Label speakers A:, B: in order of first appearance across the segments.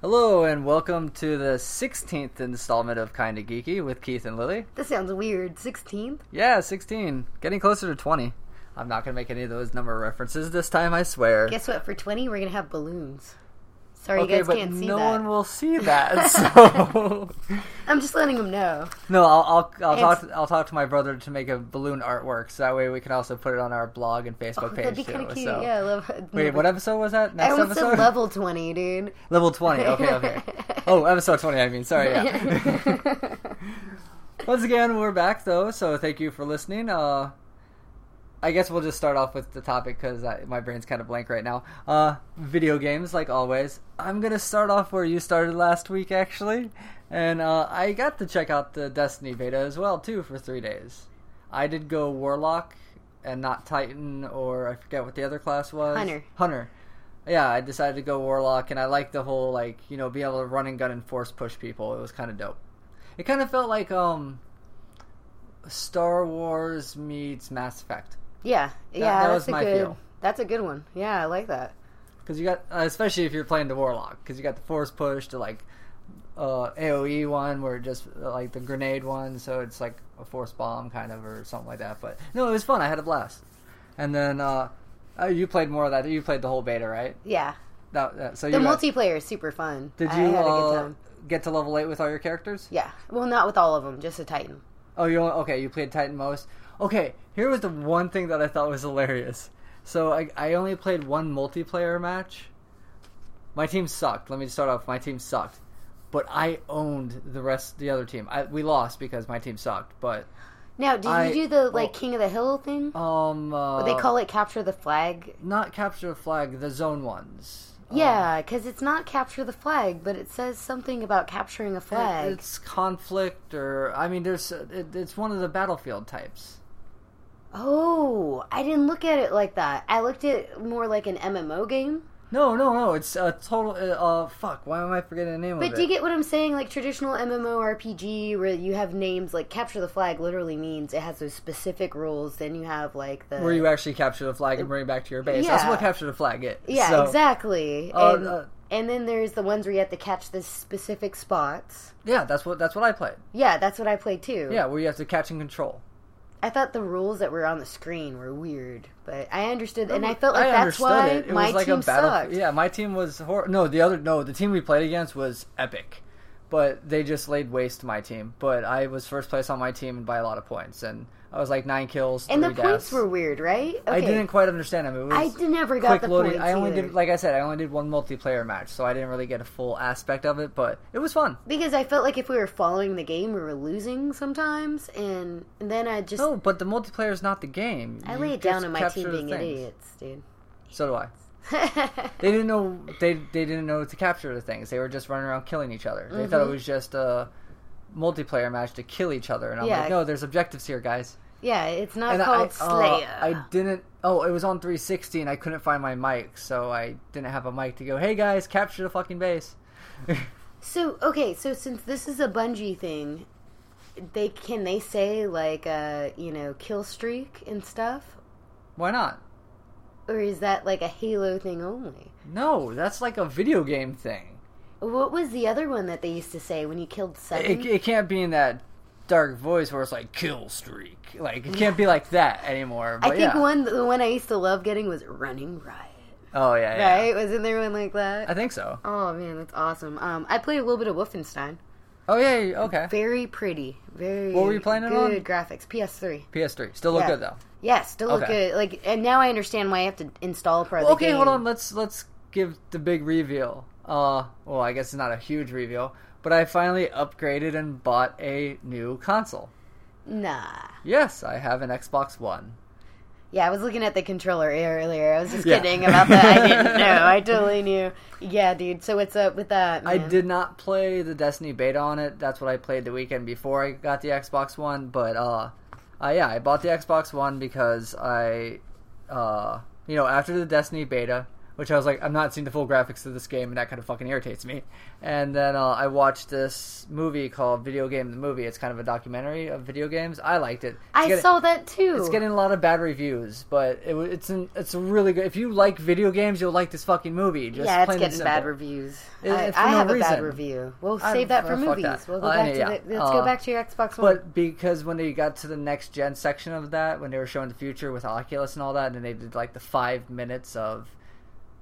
A: Hello and welcome to the 16th installment of Kinda Geeky with Keith and Lily.
B: This sounds weird. 16th?
A: Yeah, 16. Getting closer to 20. I'm not going to make any of those number references this time, I swear.
B: Guess what? For 20, we're going to have balloons. Sorry,
A: okay,
B: you guys
A: but
B: can't see
A: no
B: that.
A: one will see that. So
B: I'm just letting them know.
A: no, I'll I'll, I'll talk
B: It's-
A: I'll talk to my brother to make a balloon artwork, so that way we can also put it on our blog and
B: Oh,
A: Facebook
B: that'd
A: page
B: be kind
A: too.
B: of cute.
A: So
B: Yeah, I love
A: wait, what episode was that?
B: I
A: Next
B: almost
A: episode?
B: said level 20, dude.
A: Level 20. Okay, okay. oh, episode 20, I mean. Sorry, yeah. Once again, we're back, though, so thank you for listening. Uh, I guess we'll just start off with the topic because my brain's kind of blank right now. Uh, video games, like always. I'm going to start off where you started last week, actually. And uh, I got to check out the Destiny beta as well, too, for three days. I did go Warlock and not Titan, or I forget what the other class was.
B: Hunter.
A: Hunter. Yeah, I decided to go Warlock, and I liked the whole, like, you know, being able to run and gun and force push people. It was kind of dope. It kind of felt like um, Star Wars meets Mass Effect.
B: yeah, yeah,
A: that
B: that's
A: was
B: a
A: my
B: good.
A: feel.
B: That's a good one. Yeah, I like that.
A: because you got uh, especially if you're playing the warlock because you got the force push to like uh, AOE one where it just uh, like the grenade one, so it's like a force bomb kind of or something like that. But no, it was fun. I had a blast. And then uh, uh, you played more of that. You played the whole beta, right?
B: Yeah,
A: That, that- so
B: the
A: you got-
B: multiplayer is super fun.
A: did
B: I
A: you
B: had a good
A: uh,
B: time.
A: get to level eight with all your characters?
B: Yeah, well, not with all of them, just a Titan.
A: Oh, you only- okay? You played Titan most. Okay, here was the one thing that I thought was hilarious. So I, I only played one multiplayer match. My team sucked. Let me start off. My team sucked, but I owned the rest. The other team, I, we lost because my team sucked. But
B: Now, did
A: I-
B: you do the like
A: well-
B: King of the Hill thing?
A: um, uh,
B: they call it capture the flag.
A: not capture the flag. The zone ones. Uh, Oh.
B: Yeah, because it's not capture the flag, but it says something about capturing a flag.
A: It's conflict, or I mean, there's it, it's one of the battlefield types.
B: Oh, I didn't look at it like that. I looked at it more like an MMO game.
A: No, no, no. It's a total. Uh, uh, fuck. Why am I forgetting the name of it?
B: But do you get what I'm saying? Like traditional MMORPG where you have names like capture the flag literally means it has those specific rules. Then you have like the
A: where you actually capture the flag and bring it back to your base. That's
B: Yeah.
A: what capture the flag is.
B: Yeah,
A: So,
B: exactly.
A: Uh,
B: and,
A: uh,
B: and then there's the ones where you have to catch the specific spots.
A: Yeah, that's what that's what I played.
B: Yeah, that's what I played too.
A: Yeah, where you have to catch and control.
B: I thought the rules that were on the screen were weird, but I understood, and I
A: Well,
B: felt like that's
A: understood
B: why
A: it. It
B: my
A: was like
B: team
A: a battle.
B: sucked.
A: Yeah, my team was hor- no. The other no, the team we played against was epic, but they just laid waste to my team. But I was first place on my team and by a lot of points, and I was like nine kills.
B: And the
A: three
B: points
A: deaths.
B: were weird, right? Okay.
A: I didn't quite understand them. It was
B: I d- never got
A: quick
B: the
A: loading.
B: points
A: I only
B: either.
A: did, like I said, I only did one multiplayer match, so I didn't really get a full aspect of it. But it was fun.
B: because I felt like if we were following the game, we were losing sometimes, and, and then I just
A: No, but the multiplayer is not the game.
B: I
A: You
B: lay it
A: just
B: down on my
A: capture
B: team
A: the
B: being
A: things.
B: idiots, dude.
A: So do I. They didn't know they they didn't know to capture the things. They were just running around killing each other. They thought
B: Mm-hmm.
A: it was just a multiplayer match to kill each other. And I'm
B: Yeah.
A: like, no, there's objectives here, guys.
B: yeah, it's not
A: And
B: called
A: I, uh,
B: Slayer.
A: I didn't. Oh, it was on 360, and I couldn't find my mic, so I didn't have a mic to go. Hey guys, capture the fucking base.
B: So okay, so since this is a Bungie thing, they can they say like uh you know kill streak and stuff,
A: Why not?
B: or is that like a Halo thing only?
A: No, that's like a video game thing.
B: What was the other one that they used to say when you killed seven?
A: It, it can't be in that dark voice where it's like kill streak. Like it can't be like that anymore.
B: I
A: But
B: think
A: oh, yeah.
B: one the one I used to love getting was running riot.
A: Oh yeah, yeah.
B: Right? Wasn't there one like that?
A: I think so.
B: Oh man, that's awesome. Um, I played a little bit of Wolfenstein.
A: Oh yeah, yeah, okay.
B: Very pretty. Very.
A: What were you playing it on?
B: good graphics. PS3.
A: PS3 still look
B: Yeah.
A: good though.
B: Yeah, still look
A: Okay.
B: good. Like, and now I understand why I have to install part of the
A: Okay,
B: game.
A: hold on. Let's let's give the big reveal. Uh, well, I guess it's not a huge reveal, but I finally upgraded and bought a new console.
B: Nah.
A: Yes, I have an Xbox One.
B: Yeah, I was looking at the controller earlier. I was just
A: Yeah.
B: kidding about that. I didn't know. I totally knew. Yeah, dude. So what's up with that?
A: I
B: man?
A: did not play the Destiny beta on it. That's what I played the weekend before I got the Xbox One. But uh, uh yeah, I bought the Xbox One because I, uh, you know, after the Destiny beta, which I was like, I'm not seeing the full graphics of this game, and that kind of fucking irritates me. And then uh, I watched this movie called Video Game the Movie. It's kind of a documentary of video games. I liked it. It's
B: I
A: getting-
B: saw that too.
A: It's getting a lot of bad reviews, but it, wa- it's an, it's a really good. If you like video games, you'll like this fucking movie. Just
B: yeah, it's
A: plain and
B: getting bad
A: simple.
B: reviews.
A: It-
B: I,
A: for
B: I
A: no
B: have a bad
A: reason.
B: review. We'll
A: I-
B: save that for
A: uh, fuck
B: movies.
A: that.
B: We'll go
A: Uh,
B: back
A: anyway,
B: to
A: yeah.
B: the, let's
A: Uh,
B: go back to your Xbox One.
A: But because when they got to the next gen section of that, when they were showing the future with Oculus and all that, and they did like the five minutes of,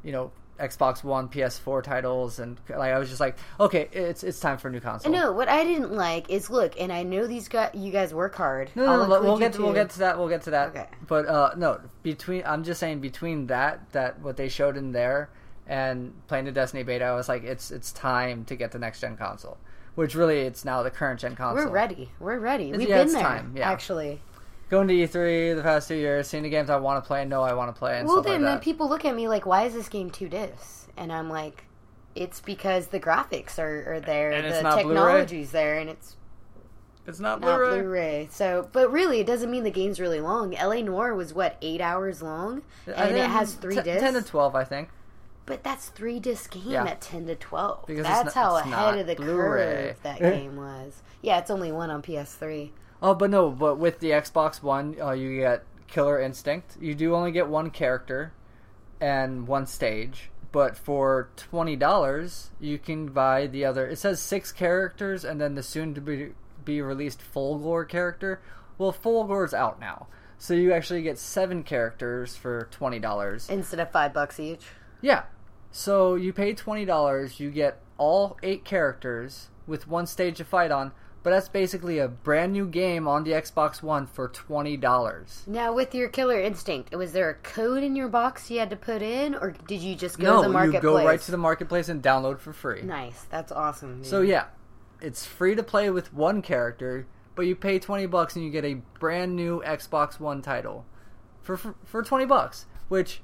A: you know, Xbox One, PS4 titles, and like I was just like, okay, it's it's time for a new console.
B: no, what I didn't like is look, and I know these guys, you guys work hard.
A: No,
B: I'll
A: no, no,
B: include
A: we'll
B: you
A: get to, we'll
B: too.
A: get to that. We'll get to that.
B: Okay.
A: But uh, no, between I'm just saying between that that what they showed in there and playing the Destiny beta, I was like, it's it's time to get the next gen console, which really it's now the current gen console.
B: We're ready. We're ready. We've
A: yeah,
B: been
A: it's
B: there
A: time, yeah.
B: actually.
A: Going to E3 the past two years, seeing the games I want to play, and know I want to play, and
B: Well,
A: stuff
B: then,
A: like
B: then
A: that.
B: people look at me like, "Why is this game two discs?" And I'm like, "It's because the graphics are, are there,
A: And
B: the
A: it's not Blu-ray?
B: technology's there, and it's
A: it's not
B: not
A: Blu-ray.
B: Blu-ray." So, but really, it doesn't mean the game's really long. La Noir was what eight hours long, and
A: I
B: it
A: think
B: has three
A: t-
B: discs.
A: ten to twelve, I think.
B: But that's three disc game
A: Yeah.
B: at ten to twelve.
A: Because it's
B: that's
A: not-
B: how
A: it's
B: ahead
A: not
B: of the
A: Blu-ray.
B: curve that game was. Yeah, it's only one on PS3.
A: Oh, but no, but with the Xbox One, uh, you get Killer Instinct. You do only get one character and one stage, but for twenty dollars, you can buy the other. It says six characters and then the soon to be be released Fulgore character. Well, Fulgore's out now, so you actually get seven characters for twenty dollars.
B: Instead of five bucks each.
A: Yeah. So you pay twenty dollars, you get all eight characters with one stage to fight on, but that's basically a brand new game on the Xbox One for twenty dollars.
B: Now, with your Killer Instinct, was there a code in your box you had to put in, or did you just go
A: No,
B: to the
A: you
B: marketplace?
A: go right to the marketplace and download for free.
B: Nice, that's awesome. Dude.
A: So yeah, it's free to play with one character, but you pay twenty bucks and you get a brand new Xbox One title for for, for twenty bucks, which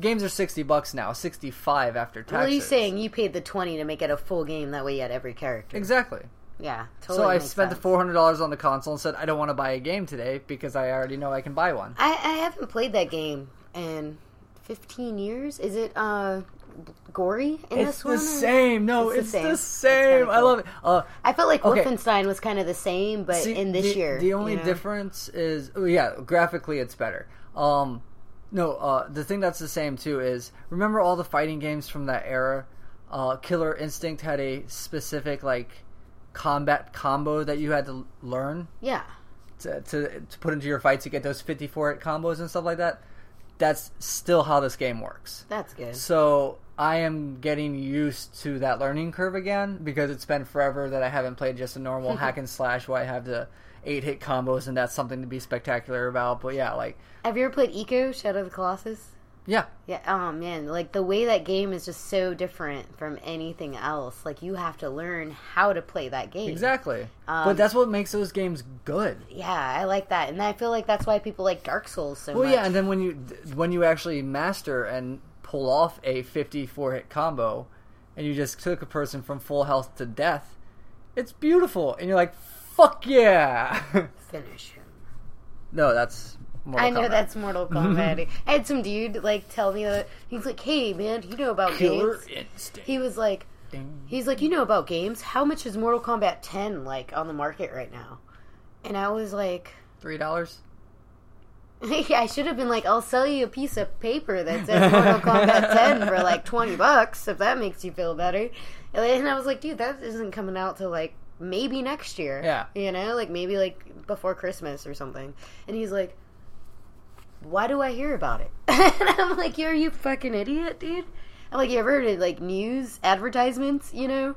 A: games are sixty bucks now, sixty five after taxes.
B: Well, you saying you paid the twenty to make it a full game? That way, you had every character.
A: exactly?
B: Yeah, totally.
A: So I
B: makes
A: spent the
B: sense.
A: four hundred dollars on the console and said I don't want to buy a game today because I already know I can buy one.
B: I, I haven't played that game in fifteen years. Is it uh, gory in
A: It's
B: this one?
A: the
B: or-
A: same. No,
B: It's the
A: it's,
B: same.
A: the
B: That's
A: same.
B: kinda
A: I
B: cool.
A: love it. Uh,
B: I felt like
A: Okay.
B: Wolfenstein was kind of the same, but
A: see,
B: in this
A: the,
B: year,
A: the only
B: you know?
A: difference is oh yeah, graphically it's better. Um, no, uh, the thing that's the same too is remember all the fighting games from that era. Uh, Killer Instinct had a specific like combat combo that you had to learn.
B: Yeah,
A: to, to, to put into your fights to get those 54 hit combos and stuff like that. That's still how this game works.
B: that's good.
A: So I am getting used to that learning curve again because it's been forever that I haven't played just a normal hack and slash where I have the eight hit combos and that's something to be spectacular about. But yeah, like,
B: Have you ever played Eco Shadow of the Colossus?
A: yeah,
B: Yeah, oh man, like the way that game is just so different from anything else. Like you have to learn how to play that game.
A: exactly.
B: Um,
A: but that's what makes those games good.
B: Yeah, I like that, and I feel like that's why people like Dark Souls so
A: Well,
B: much.
A: yeah, and then when you when you actually master and pull off a 54 hit combo, and you just took a person from full health to death, it's beautiful, and you're like, "Fuck yeah!"
B: finish him.
A: no, that's Mortal
B: I know
A: Kombat.
B: that's Mortal Kombat. I had some dude like tell me that he's like, "Hey man, you know about
A: Killer
B: games?"
A: Instinct.
B: He was like, "He's like, you know about games? How much is Mortal Kombat 10 like on the market right now?" And I was like,
A: Three dollars.
B: I should have been like, I'll sell you a piece of paper that says Mortal Kombat 10 for like 20 bucks if that makes you feel better. And I was like, dude, that isn't coming out till like maybe next year.
A: Yeah.
B: You know, like maybe like before Christmas or something. And he's like, why do I hear about it? and I'm like, you're you fucking idiot, dude. I'm like, you ever heard of like news advertisements, you know?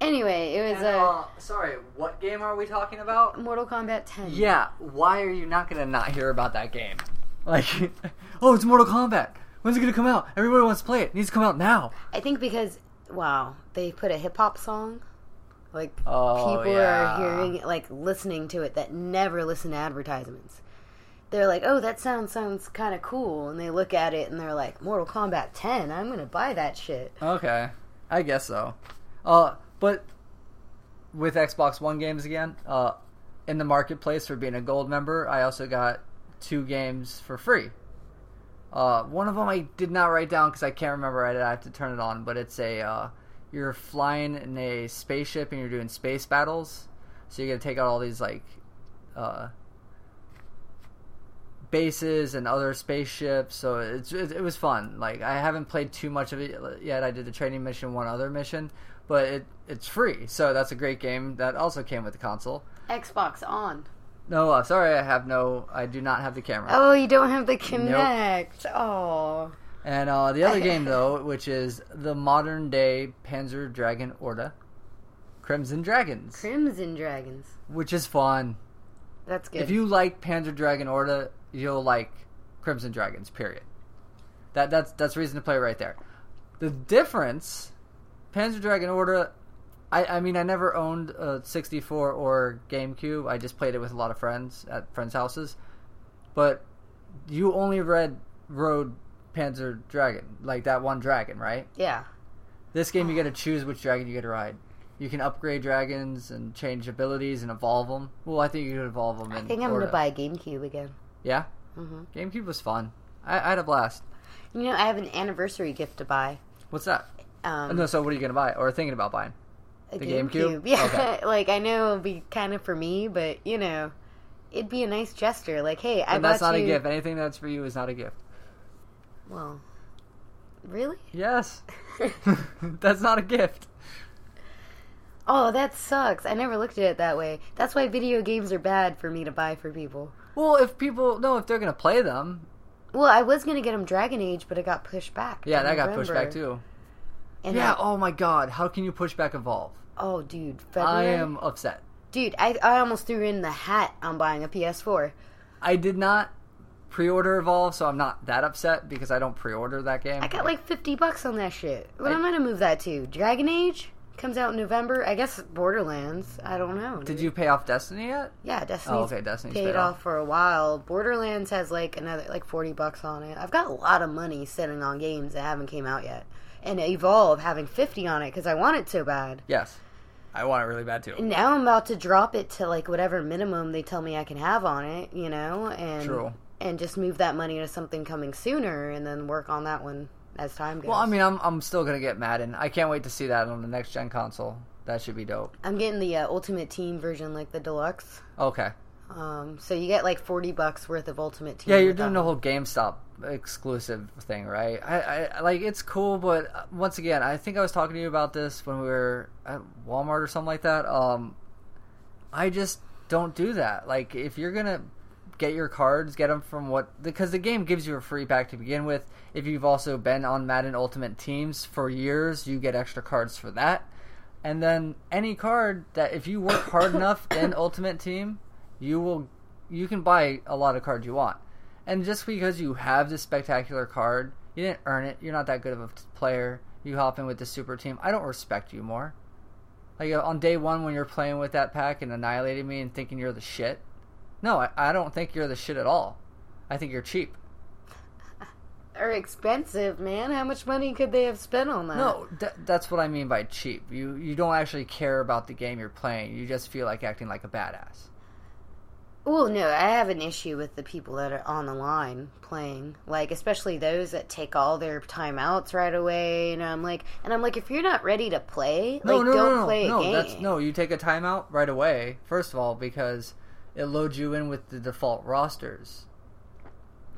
B: Anyway, it was uh,
A: sorry, what game are we talking about?
B: Mortal Kombat 10.
A: Yeah, why are you not gonna not hear about that game? Like, oh, it's Mortal Kombat. When's it gonna come out? Everybody wants to play it. It needs to come out now.
B: I think because wow, they put a hip hop song. Like
A: Oh,
B: people
A: yeah.
B: are hearing like listening to it that never listen to advertisements. They're like, "Oh, that sound sounds kind of cool." And they look at it and they're like, "Mortal Kombat 10, I'm going to buy that shit."
A: Okay, I guess so. Uh, but with Xbox One games again, uh, in the marketplace for being a gold member, I also got two games for free. Uh, one of them I did not write down because I can't remember. I I have to turn it on, but it's a uh, you're flying in a spaceship and you're doing space battles. So you got to take out all these like uh, bases and other spaceships. So it's it, it was fun. Like I haven't played too much of it yet. I did the training mission, one other mission, but it it's free. So that's a great game that also came with the console.
B: Xbox on.
A: No, uh, sorry, I have no. I do not have the camera.
B: Oh, you don't have the Connect. Oh.
A: And uh, the other game though, which is the modern day Panzer Dragon Orta, Crimson Dragons,
B: Crimson Dragons.
A: which is fun.
B: That's good.
A: If you like Panzer Dragon Orta, you'll like Crimson Dragons. Period. That that's that's reason to play right there. The difference, Panzer Dragon Orta. I, I mean, I never owned a 64 or GameCube. I just played it with a lot of friends at friends' houses. But you only read rode Panzer Dragon, like that one dragon, right?
B: yeah.
A: This game, you get to choose which dragon you get to ride. You can upgrade dragons and change abilities and evolve them. Well, I think you could evolve them.
B: I think I'm going to buy a GameCube again.
A: Yeah,
B: hmm
A: GameCube was fun. I, I had a blast.
B: You know, I have an anniversary gift to buy.
A: What's that?
B: Um,
A: no, so what are you gonna buy or thinking about buying?
B: a
A: the
B: GameCube.
A: GameCube?
B: Yeah,
A: Okay.
B: like I know it'll be kind of for me, but you know, it'd be a nice gesture. Like, hey, I
A: And that's
B: bought
A: not
B: you.
A: a gift. Anything that's for you is not a gift.
B: Well, really?
A: Yes, that's not a gift.
B: Oh, that sucks. I never looked at it that way. That's why video games are bad for me to buy for people.
A: Well, if people no, if they're gonna play them,
B: Well, I was gonna get them Dragon Age, but it got pushed back.
A: yeah,
B: to
A: that got pushed back
B: November.
A: too.
B: And
A: Yeah.
B: I-
A: Oh my God, how can you push back evolve?
B: oh, dude,
A: I
B: February.
A: am upset.
B: Dude, I, I almost threw in the hat on buying a PS4.
A: I did not pre-order Evolve, so I'm not that upset because I don't pre-order that game.
B: I got like 50 bucks on that shit. What
A: I-
B: am I gonna move that to? Dragon Age comes out in November. I guess Borderlands. I don't know.
A: Did you pay off Destiny yet?
B: Yeah, Destiny's
A: Oh, okay, Destiny's
B: paid
A: paid
B: off.
A: off.
B: for a while. Borderlands has like another like forty bucks on it. I've got a lot of money sitting on games that haven't came out yet, and Evolve having fifty on it because I want it so bad.
A: Yes, I want it really bad too.
B: And now I'm about to drop it to like whatever minimum they tell me I can have on it, you know, and
A: True.
B: and just move that money to something coming sooner, and then work on that one as time goes.
A: Well, I mean, I'm I'm still gonna get Madden. I can't wait to see that on the next gen console. That should be dope.
B: I'm getting the uh, Ultimate Team version, like the deluxe.
A: Okay.
B: Um, so you get like forty bucks worth of Ultimate Team.
A: Yeah, you're
B: with that one.
A: doing the whole GameStop exclusive thing, right? I, I like it's cool, but uh, once again, I think I was talking to you about this when we were at Walmart or something like that. Um, I just don't do that. Like, if you're gonna get your cards, get them from what because the game gives you a free pack to begin with. If you've also been on Madden Ultimate Teams for years, you get extra cards for that. And then any card that if you work hard enough in Ultimate Team, you will you can buy a lot of cards you want. And just because you have this spectacular card, you didn't earn it. You're not that good of a player. You hop in with the super team. I don't respect you more. Like uh, on day one when you're playing with that pack and annihilating me and thinking you're the shit. No, I, I don't think you're the shit at all. I think you're cheap.
B: are expensive, man. How much money could they have spent on that?
A: No, th- that's what I mean by cheap. You you don't actually care about the game you're playing. You just feel like acting like a badass.
B: Well, no, I have an issue with the people that are on the line playing, like especially those that take all their timeouts right away. And I'm like, and I'm like, if you're not ready to play,
A: No,
B: like,
A: no,
B: don't
A: no, no,
B: play
A: no.
B: a game.
A: That's no. You take a timeout right away. First of all, because it loads you in with the default rosters.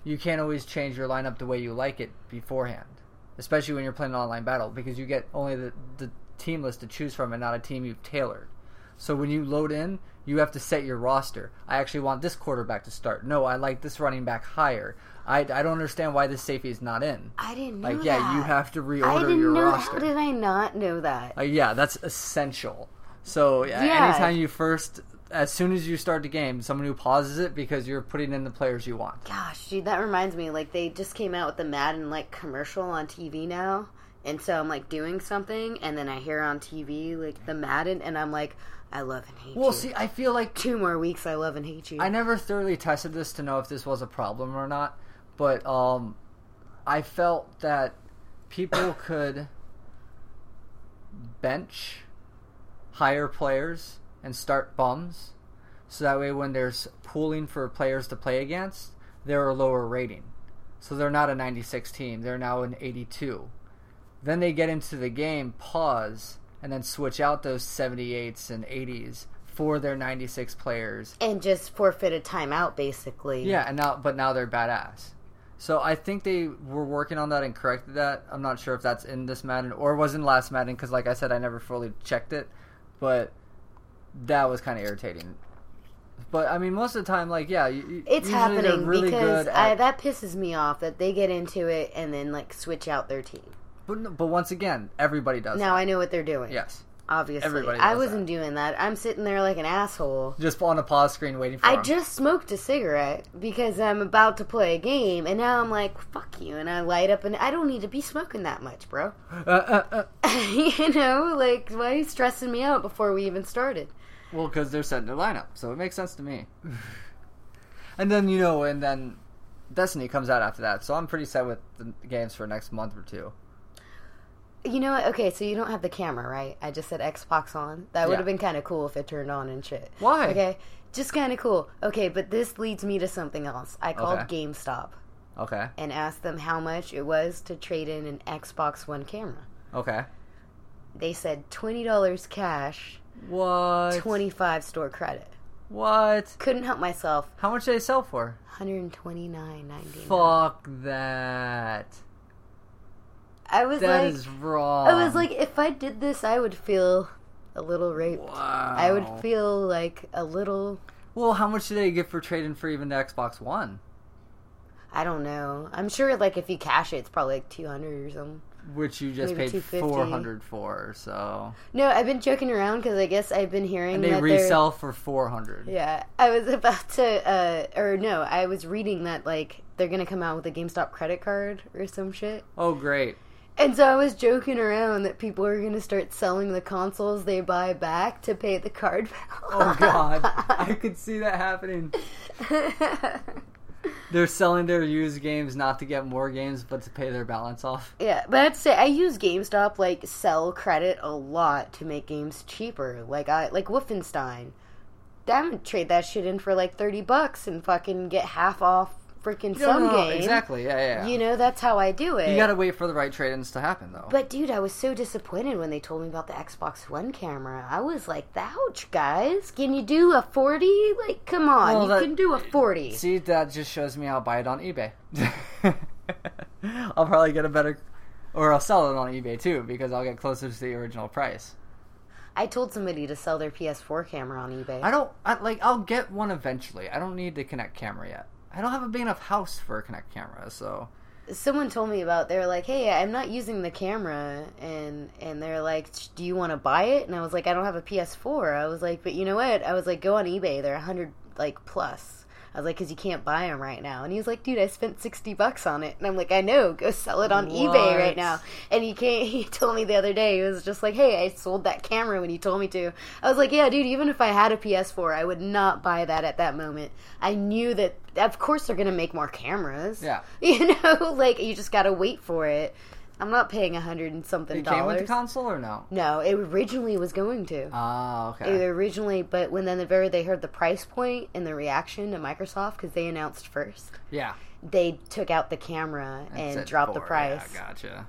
A: You can't always change your lineup the way you like it beforehand, especially when you're playing an online battle, because you get only the, the team list to choose from and not a team you've tailored. So when you load in, you have to set your roster. I actually want this quarterback to start. No, I like this running back higher. I, I don't understand why this safety is not in.
B: I didn't know
A: Like, yeah,
B: that.
A: you have to reorder
B: I didn't
A: your
B: know.
A: roster.
B: How did I not know that?
A: Uh, yeah, that's essential. So yeah,
B: Yeah.
A: anytime you first, as soon as you start the game, someone who pauses it because you're putting in the players you want.
B: Gosh, dude, that reminds me. Like they just came out with the Madden like commercial on TV now, and so I'm like doing something, and then I hear on TV like the Madden, and I'm like, I love and hate
A: Well,
B: you.
A: see, I feel like
B: Two more weeks, I love and hate you.
A: I never thoroughly tested this to know if this was a problem or not, but um, I felt that people could bench higher players and start bums, so that way when there's pooling for players to play against, they're a lower rating. So they're not a 96 team. They're now an 82. Then they get into the game, pause, and then switch out those 78s and 80s for their 96 players.
B: and just forfeit a timeout basically.
A: Yeah, and now but now they're badass. So I think they were working on that and corrected that. I'm not sure if that's in this Madden or was in last Madden because, like I said, I never fully checked it. But that was kind of irritating. But I mean, most of the time, like yeah, you, you-
B: It's
A: usually they're
B: happening
A: really
B: because
A: good at-
B: I, that pisses me off that they get into it and then like switch out their team.
A: But, no- but once again, everybody does.
B: Now
A: that.
B: I know what they're doing.
A: yes,
B: obviously.
A: Everybody
B: I
A: does
B: wasn't doing that. I'm sitting there like an asshole.
A: just on a pause screen waiting for.
B: I
A: them.
B: just smoked a cigarette because I'm about to play a game, and now I'm like, "Fuck you!" And I light up, and I don't need to be smoking that much, bro.
A: Uh, uh, uh.
B: you know, like, why are you stressing me out before we even started?
A: Well, because they're setting the lineup, so it makes sense to me. and then you know, and then Destiny comes out after that, so I'm pretty set with the games for next month or two.
B: You know what? Okay, so you don't have the camera, right? I just said Xbox on. That would
A: Yeah.
B: have been kind of cool if it turned on and shit.
A: Why?
B: Okay, just kind of cool. Okay, but this leads me to something else. I called
A: Okay.
B: GameStop
A: Okay,
B: and asked them how much it was to trade in an Xbox One camera.
A: okay.
B: They said twenty dollars cash,
A: What?
B: twenty five store credit.
A: What?
B: Couldn't help myself.
A: How much do they sell for?
B: One hundred twenty nine ninety nine.
A: Fuck that.
B: I was
A: That
B: like,
A: is wrong.
B: I was like, if I did this, I would feel a little raped.
A: wow.
B: I would feel like a little
A: Well, how much do they get for trading for even the Xbox One,
B: I don't know. I'm sure, like, if you cash it, it's probably like 200 or something.
A: which you just
B: Maybe
A: paid
B: 250.
A: four hundred for? So
B: No, I've been joking around because I guess I've been hearing
A: and they
B: that they're-
A: resell for four hundred.
B: Yeah, I was about to, uh, or no, I was reading that like they're gonna come out with a GameStop credit card or some shit,
A: Oh, great.
B: and so I was joking around that people are gonna start selling the consoles they buy back to pay the card bill.
A: Oh God, I could see that happening. They're selling their used games not to get more games, but to pay their balance off.
B: Yeah, but I have to say I use GameStop like sell credit a lot to make games cheaper. Like I like Wolfenstein. I would trade that shit in for like thirty bucks and fucking get half off freaking
A: No,
B: some
A: no, no,
B: game.
A: exactly. Yeah, yeah.
B: You
A: You,
B: know, that's how I do it.
A: you got to wait for the right trade-ins to happen, though.
B: But dude, I was so disappointed when they told me about the Xbox One camera. I was like, ouch, guys. Can you do a forty? Like, come on,
A: Well,
B: you
A: that-
B: can do a forty.
A: see, that just shows me I'll buy it on eBay. I'll probably get a better, or I'll sell it on eBay too because I'll get closer to the original price.
B: I told somebody to sell their PS4 camera on eBay.
A: I don't I, like. I'll get one eventually. I don't need the Kinect camera yet. I don't have a big enough house for a Kinect camera, so
B: someone told me about they were like hey i'm not using the camera and and they're like do you want to buy it and i was like i don't have a ps4 i was like but you know what i was like go on ebay they're 100 like plus i was like because you can't buy them right now and he was like dude i spent 60 bucks on it and i'm like i know go sell it on ebay
A: What?
B: right now and he can't he told me the other day he was just like hey i sold that camera when you told me to i was like yeah dude even if i had a ps4 i would not buy that at that moment i knew that of course they're gonna make more cameras
A: yeah.
B: you know, like you just gotta wait for it. I'm not paying a hundred and something
A: It came with the
B: dollars.
A: console or no?
B: no, it originally was going to.
A: Ah, okay.
B: It originally, but when then the very they heard the price point and the reaction to Microsoft because they announced first,
A: Yeah.
B: they took out the camera
A: It
B: and
A: said
B: dropped the
A: four.
B: price.
A: Yeah, gotcha.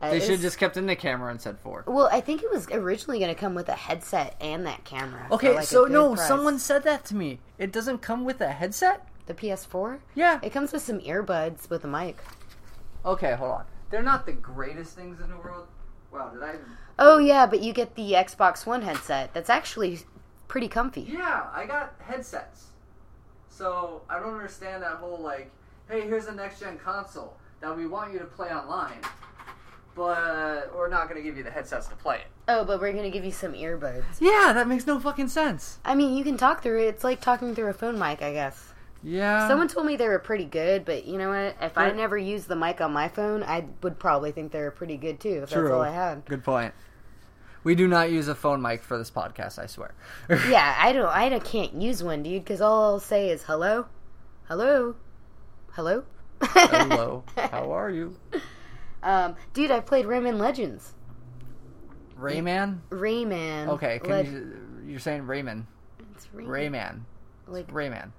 B: Uh,
A: They
B: it's-
A: should have just kept in the camera and said four.
B: Well, I think it was originally going to come with a headset and that camera. for,
A: Okay,
B: like, a
A: so
B: good
A: no,
B: price.
A: someone said that to me. It doesn't come with a headset?
B: the PS4.
A: Yeah.
B: It comes with some earbuds with a mic.
A: Okay, hold on. They're not the greatest things in the world. Wow, did I?
B: Oh yeah, but you get the Xbox One headset. That's actually pretty comfy.
A: Yeah, I got headsets. So I don't understand that whole like, hey, here's the next gen console that we want you to play online, but we're not going to give you the headsets to play it.
B: Oh, but we're gonna give you some earbuds.
A: Yeah, that makes no fucking sense.
B: I mean, you can talk through it. It's like talking through a phone mic, I guess.
A: Yeah.
B: Someone told me they were pretty good, but you know what? If I
A: They're-
B: never used the mic on my phone, I would probably think they were pretty good too. If that's all I had.
A: Good point. We do not use a phone mic for this podcast, I swear.
B: Yeah, I don't. I don't- can't use one, dude, because all I'll say is hello, hello, hello.
A: Hello. How are you?
B: um, dude, I played Rayman Legends.
A: Rayman?
B: Rayman.
A: Okay, can
B: Leg-
A: you, you're saying Rayman.
B: It's Rayman.
A: Rayman.
B: Like
A: Rayman.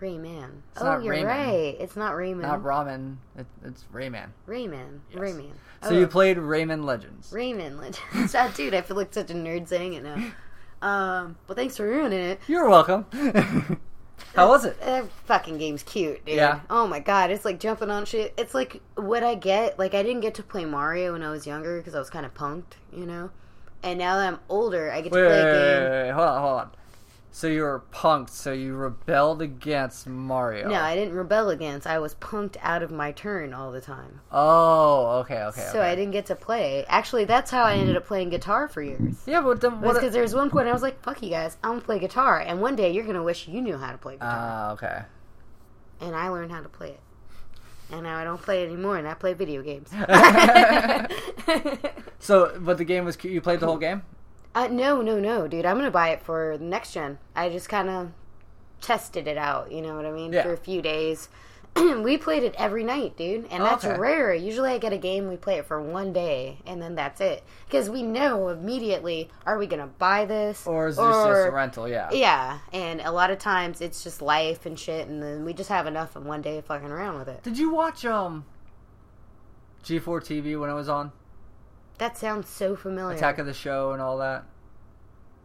B: Rayman.
A: It's
B: oh,
A: not
B: you're
A: Rayman.
B: right. It's not Rayman.
A: Not ramen. It, it's Rayman.
B: Rayman.
A: Yes.
B: Rayman.
A: So
B: oh,
A: you played Rayman Legends.
B: Rayman Legends. Ah, Dude, I feel like such a nerd saying it now. Um, but thanks for ruining it.
A: You're welcome. How was it?
B: That fucking game's cute, dude.
A: Yeah.
B: Oh my god, it's like jumping on shit. It's like what I get. Like I didn't get to play Mario when I was younger because I was kind of punked, you know. And now that I'm older, I get to
A: Wait, wait,
B: play
A: wait,
B: a game.
A: wait, wait, hold on, hold on. So you were punked, so you rebelled against Mario.
B: No, I didn't rebel against. I was punked out of my turn all the time,
A: Oh, okay, okay.
B: so
A: okay.
B: I didn't get to play. Actually, that's how I ended up playing guitar for years.
A: Yeah, but then what?
B: Because there was one point I was like, "Fuck you guys, I'm gonna play guitar," and one day you're gonna wish you knew how to play guitar.
A: Ah, okay. Uh.
B: and I learned how to play it. And now I don't play it anymore, and I play video games.
A: So, but the game was cute. You played the whole game.
B: Uh, no, no, no, dude. I'm gonna buy it for the next gen. I just kind of tested it out. You know what I mean?
A: Yeah.
B: For a few days. we played it every night, dude, and that's
A: Oh, Okay.
B: rare. Usually, I get a game, we play it for one day, and then that's it. Because we know immediately, are we gonna buy this
A: Or is this just a rental? Yeah.
B: Yeah, and a lot of times it's just life and shit, and then we just have enough in one day of fucking around with it.
A: Did you watch um G4 TV when it was on
B: That sounds so familiar.
A: Attack of the Show and all that?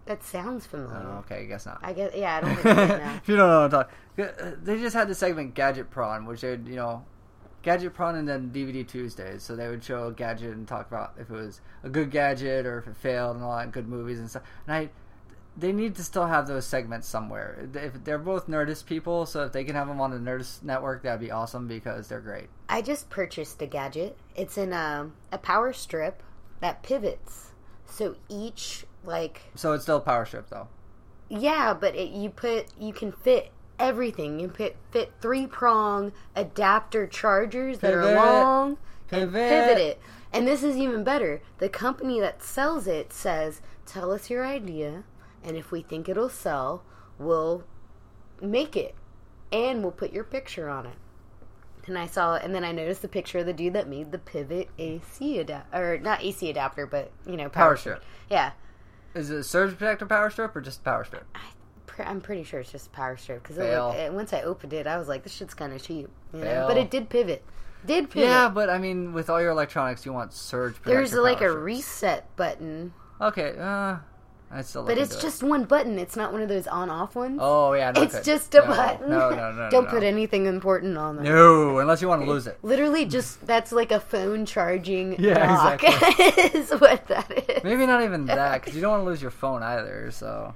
B: that sounds familiar.
A: Oh, okay, I guess not.
B: I guess, yeah, I don't think I did now.
A: if you don't know what I'm talking, uh, they just had the segment Gadget Prawn, which they'd you know Gadget Prawn and then DVD Tuesdays. So they would show a gadget and talk about if it was a good gadget or if it failed and all that good movies and stuff. And I. They need to still have those segments somewhere. If they're both Nerdist people, so if they can have them on the Nerdist network, that'd be awesome because they're great.
B: I just purchased a gadget. It's in um, a power strip that pivots. So each like
A: So it's still Power Strip though.
B: yeah, but it, you put you can fit everything. You put fit three prong adapter chargers that
A: Pivot.
B: are long
A: Pivot.
B: pivot it. And this is even better. The company that sells it says, "Tell us your idea, and if we think it'll sell, we'll make it, and we'll put your picture on it." And I saw, and then I noticed the picture of the dude that made the pivot AC adapter, or not AC adapter, but you know,
A: Power
B: power.
A: Strip.
B: Yeah,
A: Is it a surge protector power strip or just power strip?
B: Pre- I'm pretty sure it's just power strip because
A: Fail.
B: once I opened it, I was like, "This shit's kind of cheap," you know?
A: Fail.
B: but it did pivot. Did pivot.
A: Yeah, but I mean, with all your electronics, you want surge protector.
B: There's like
A: power
B: a
A: strips.
B: reset button,
A: Okay, uh, I still.
B: but
A: look
B: it's
A: into it.
B: just one button. It's not one of those on-off ones.
A: Oh yeah, no,
B: it's
A: good.
B: just a
A: No,
B: button.
A: No, no, no.
B: Don't
A: no.
B: put anything important on them.
A: No, unless you want to lose it.
B: Literally, just that's like a phone charging
A: Yeah,
B: dock is what that is.
A: Maybe not even that, because you don't want to lose your phone either. So,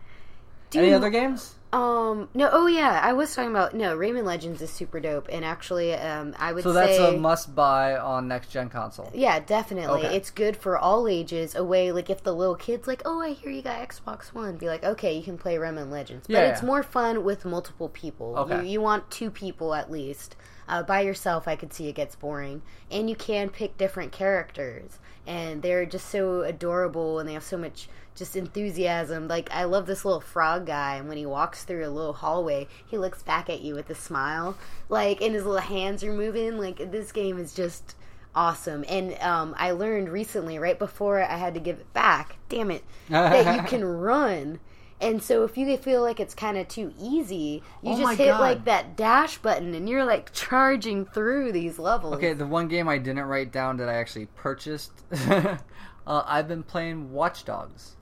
B: Do
A: any
B: you-
A: other games?
B: Um, no, oh yeah, I was talking about no. Rayman Legends is super dope, and actually, um, I would
A: So
B: say
A: that's a must-buy on next-gen console.
B: Yeah, definitely.
A: Okay.
B: It's good for all ages. A way like if the little kid's like, "Oh, I hear you got Xbox One," be like, "Okay, you can play Rayman Legends." But
A: Yeah,
B: it's
A: yeah.
B: more fun with multiple people.
A: Okay.
B: You, you want two people at least. Uh, by yourself, I could see it gets boring, and you can pick different characters, and they're just so adorable, and they have so much just enthusiasm. Like I love this little frog guy, and when he walks through a little hallway, he looks back at you with a smile, like, and his little hands are moving. Like this game is just awesome. And um, I learned recently, right before I had to give it back, damn it, that you can run. And so if you feel like it's kind of too easy, you
A: Oh my
B: just hit
A: God.
B: like that dash button and you're like charging through these levels.
A: Okay, the one game I didn't write down that I actually purchased. uh, I've been playing Watch Dogs.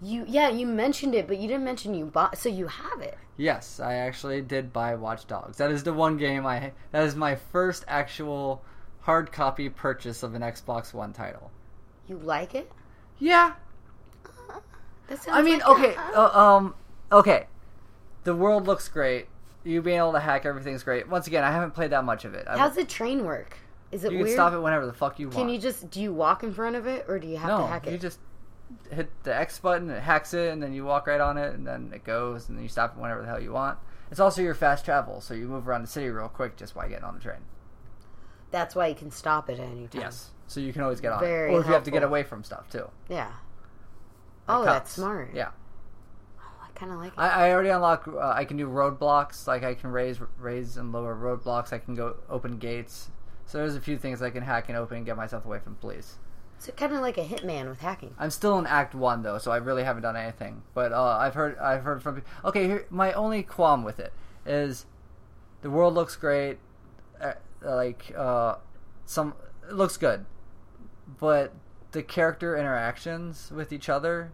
B: You yeah, you mentioned it, but you didn't mention you bought so you have it.
A: Yes, I actually did buy Watch Dogs. That is the one game I. That is my first actual hard copy purchase of an Xbox One title.
B: You like it?
A: Yeah,
B: That sounds
A: I mean,
B: like-
A: okay, uh, um, okay. The world looks great. You being able to hack everything's great. Once again, I haven't played that much of it. I,
B: How's the train work? Is it
A: you
B: weird?
A: can stop it whenever the fuck you
B: Can
A: want.
B: you just do you walk in front of it or do you have to
A: no,
B: hack it?
A: you just hit the X button, it hacks it, and then you walk right on it, and then it goes, and then you stop it whenever the hell you want. It's also your fast travel, so you move around the city real quick just by getting on the train.
B: That's why you can stop it at any time.
A: Yes. Um, So you can always get on it. Or if
B: Very
A: you have to get
B: helpful.
A: away from stuff, too.
B: Yeah. Oh, that's
A: Cops.
B: smart. Oh,
A: Yeah.
B: I kind of like it.
A: I, I already unlock. Uh, I can do roadblocks. Like I can raise, raise and lower roadblocks. I can go open gates. So there's a few things I can hack and open and get myself away from police.
B: So kind of like a hitman with hacking.
A: I'm still in Act One though, so I really haven't done anything. But uh, I've heard I've heard from people. Okay, here, my only qualm with it is the world looks great, uh, like uh, some it looks good, but the character interactions with each other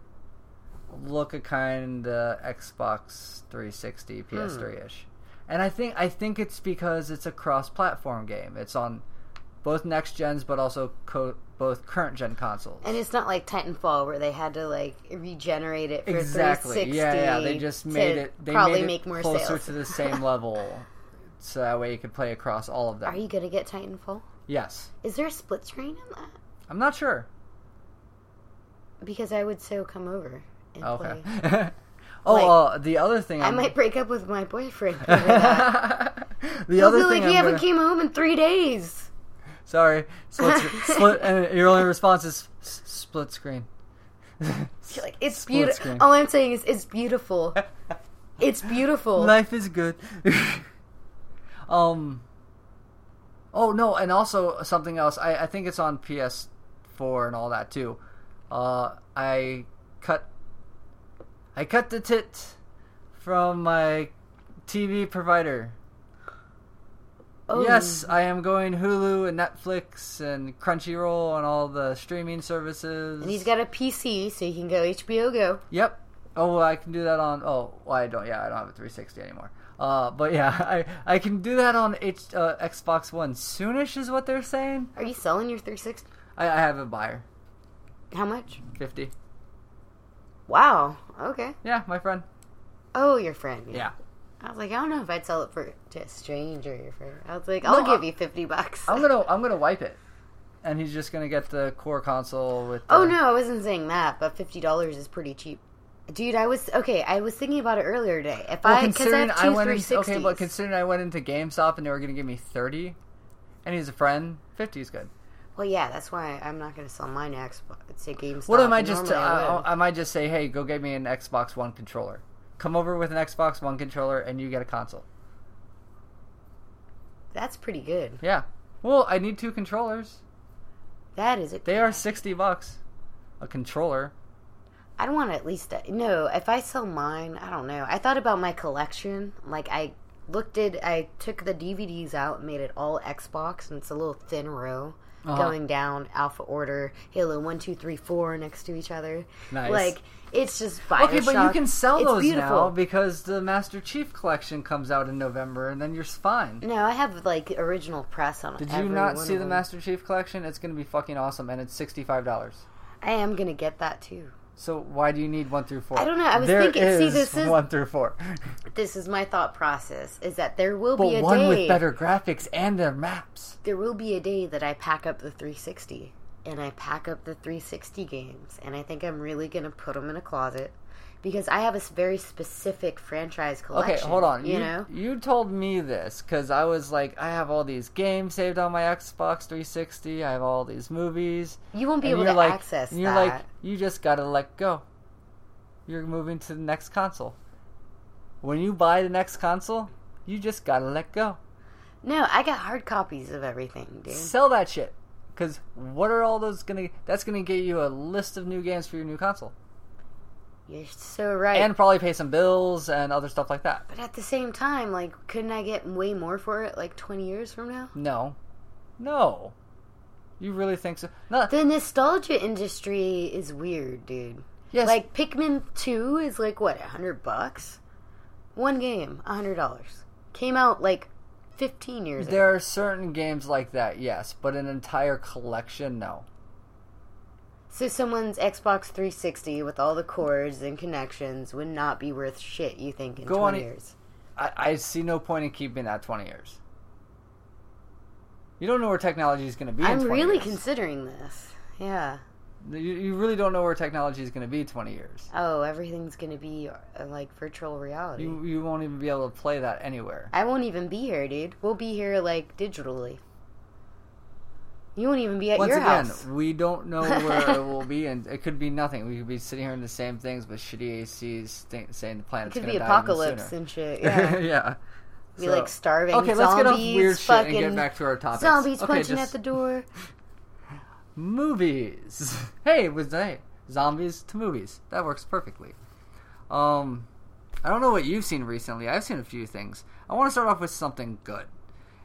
A: look a kind of Xbox 360, PS3 ish. And I think I think it's because it's a cross-platform game. It's on both next gens, but also co- both current gen consoles.
B: And it's not like Titanfall where they had to like regenerate it for
A: exactly.
B: 360.
A: Yeah, yeah. They just made
B: to
A: it. They
B: probably
A: made it
B: make more
A: closer
B: sales.
A: to the same level, so that way you could play across all of them.
B: Are you gonna get Titanfall?
A: yes,
B: Is there a split screen in that?
A: I'm not sure.
B: Because I would so come over and
A: Oh,
B: play.
A: okay. oh,
B: Like,
A: uh, the other thing
B: I
A: I'm-
B: might break up with my boyfriend. Over that.
A: the
B: He'll
A: other
B: be like,
A: thing
B: you
A: I'm
B: haven't
A: gonna-
B: came home in three days.
A: Sorry, split, sc- split, and your only response is s- split screen.
B: You're like, it's
A: Split
B: beautiful.
A: screen.
B: All I'm saying is, it's beautiful. It's beautiful.
A: Life is good. um. Oh no, and also something else. I, I think it's on PS4 and all that too. Uh, I cut. I cut the tit from my TV provider.
B: Oh,
A: Yes, I am going Hulu and Netflix and Crunchyroll and all the streaming services.
B: And he's got a PC, so you can go HBO Go.
A: Yep. Oh, well, I can do that on. Oh, well, I don't. Yeah, I don't have a 360 anymore. Uh, but yeah, I I can do that on H, uh, Xbox One soonish is what they're saying.
B: Are you selling your 360?
A: I, I have a buyer,
B: How much?
A: 50.
B: Wow. Okay.
A: Yeah, my friend.
B: Oh, your friend.
A: Yeah.
B: I was like, I don't know if I'd sell it for to a stranger. Your friend. I was like, I'll
A: No,
B: give
A: I- Oh,
B: you fifty bucks.
A: I'm gonna I'm gonna wipe it, and he's just gonna get the core console with. The,
B: Oh no, I wasn't saying that, but fifty dollars is pretty cheap. Dude, I was okay. I was thinking about it earlier today. If
A: Well,
B: I because I
A: considering
B: have two
A: went
B: three
A: in,
B: sixties.
A: okay, but considering I went into GameStop and they were gonna give me 30, and he's a friend, 50 is good.
B: well, yeah, that's why I'm not going to sell mine at Xbox. It's a GameStop.
A: What am I just? uh, oh.
B: Normally I
A: I,
B: would.
A: I might just say, hey, go get me an Xbox One controller. Come over with an Xbox One controller, and you get a console.
B: that's pretty good.
A: Yeah. Well, I need two controllers.
B: That is a
A: They are sixty bucks. A controller.
B: I'd want at least a, no. If I sell mine, I don't know. I thought about my collection. Like I looked at, I took the DVDs out and made it all Xbox, and it's a little thin row
A: Uh-huh.
B: going down alpha order. Halo one, two, three, four next to each other.
A: Nice.
B: Like it's just Bioshock.
A: Okay, but you can sell
B: It's
A: those now because the Master Chief collection comes out in November, and then you're fine.
B: No, I have like original press on.
A: Did you
B: every
A: not
B: one
A: see
B: of
A: the
B: them.
A: Master Chief collection? It's gonna be fucking awesome, and it's sixty five dollars.
B: I am gonna get that too.
A: So why do you need one through four?
B: I don't know, I was
A: There
B: thinking- see,
A: is
B: this is-
A: one through four,
B: This is my thought process: is that there will be
A: but
B: a
A: one
B: day
A: with better graphics and their maps.
B: there will be a day that I pack up the 360 and I pack up the 360 games and I think I'm really going to put them in a closet because I have a s- very specific franchise collection.
A: Okay, hold on.
B: You,
A: You,
B: know?
A: you told me this because I was like, I have all these games saved on my Xbox 360. I have all these movies.
B: You won't be
A: and
B: able
A: you're
B: to
A: like,
B: access
A: and you're
B: that.
A: like, you just gotta let go. You're moving to the next console. When you buy the next console, you just gotta let go.
B: no, I got hard copies of everything, dude.
A: Sell that shit. Because what are all those gonna? That's gonna get you a list of new games for your new console,
B: You're so right.
A: and probably pay some bills and other stuff like that.
B: but at the same time, like, couldn't I get way more for it like 20 years from now?
A: No, no. You really think so? No.
B: The nostalgia industry is weird, dude.
A: yes.
B: Like, Pikmin 2 is like, what, 100 bucks? One game, $100. Came out like 15 years ago.
A: There are certain games like that, yes, but an entire collection, no.
B: So someone's Xbox 360 with all the cords and connections would not be worth shit, you think, in
A: Go
B: 20
A: on E- it.
B: years.
A: I, I see no point in keeping that 20 years. You don't know where technology is going to be. in
B: I'm
A: 20
B: really
A: years.
B: considering this. Yeah.
A: You, you really don't know where technology is going to be 20 years.
B: Oh, everything's going to be uh, like virtual reality.
A: You you won't even be able to play that anywhere.
B: I won't even be here, dude. We'll be here like digitally. You won't even be at
A: Once
B: your
A: again,
B: house.
A: we don't know where it will be, and it could be nothing. We could be sitting here in the same things with shitty ACs, th- saying the
B: It
A: planet's
B: could
A: going
B: be
A: to die even
B: apocalypse
A: sooner.
B: and shit. Yeah.
A: yeah.
B: be
A: So-
B: like starving
A: Okay,
B: zombies,
A: let's get off weird shit
B: fucking
A: and get back to our topics.
B: zombies
A: Okay,
B: punching
A: just-
B: at the door.
A: movies. hey, it was hey, zombies to movies. That works perfectly. Um, I don't know what you've seen recently. I've seen a few things. I want to start off with something good.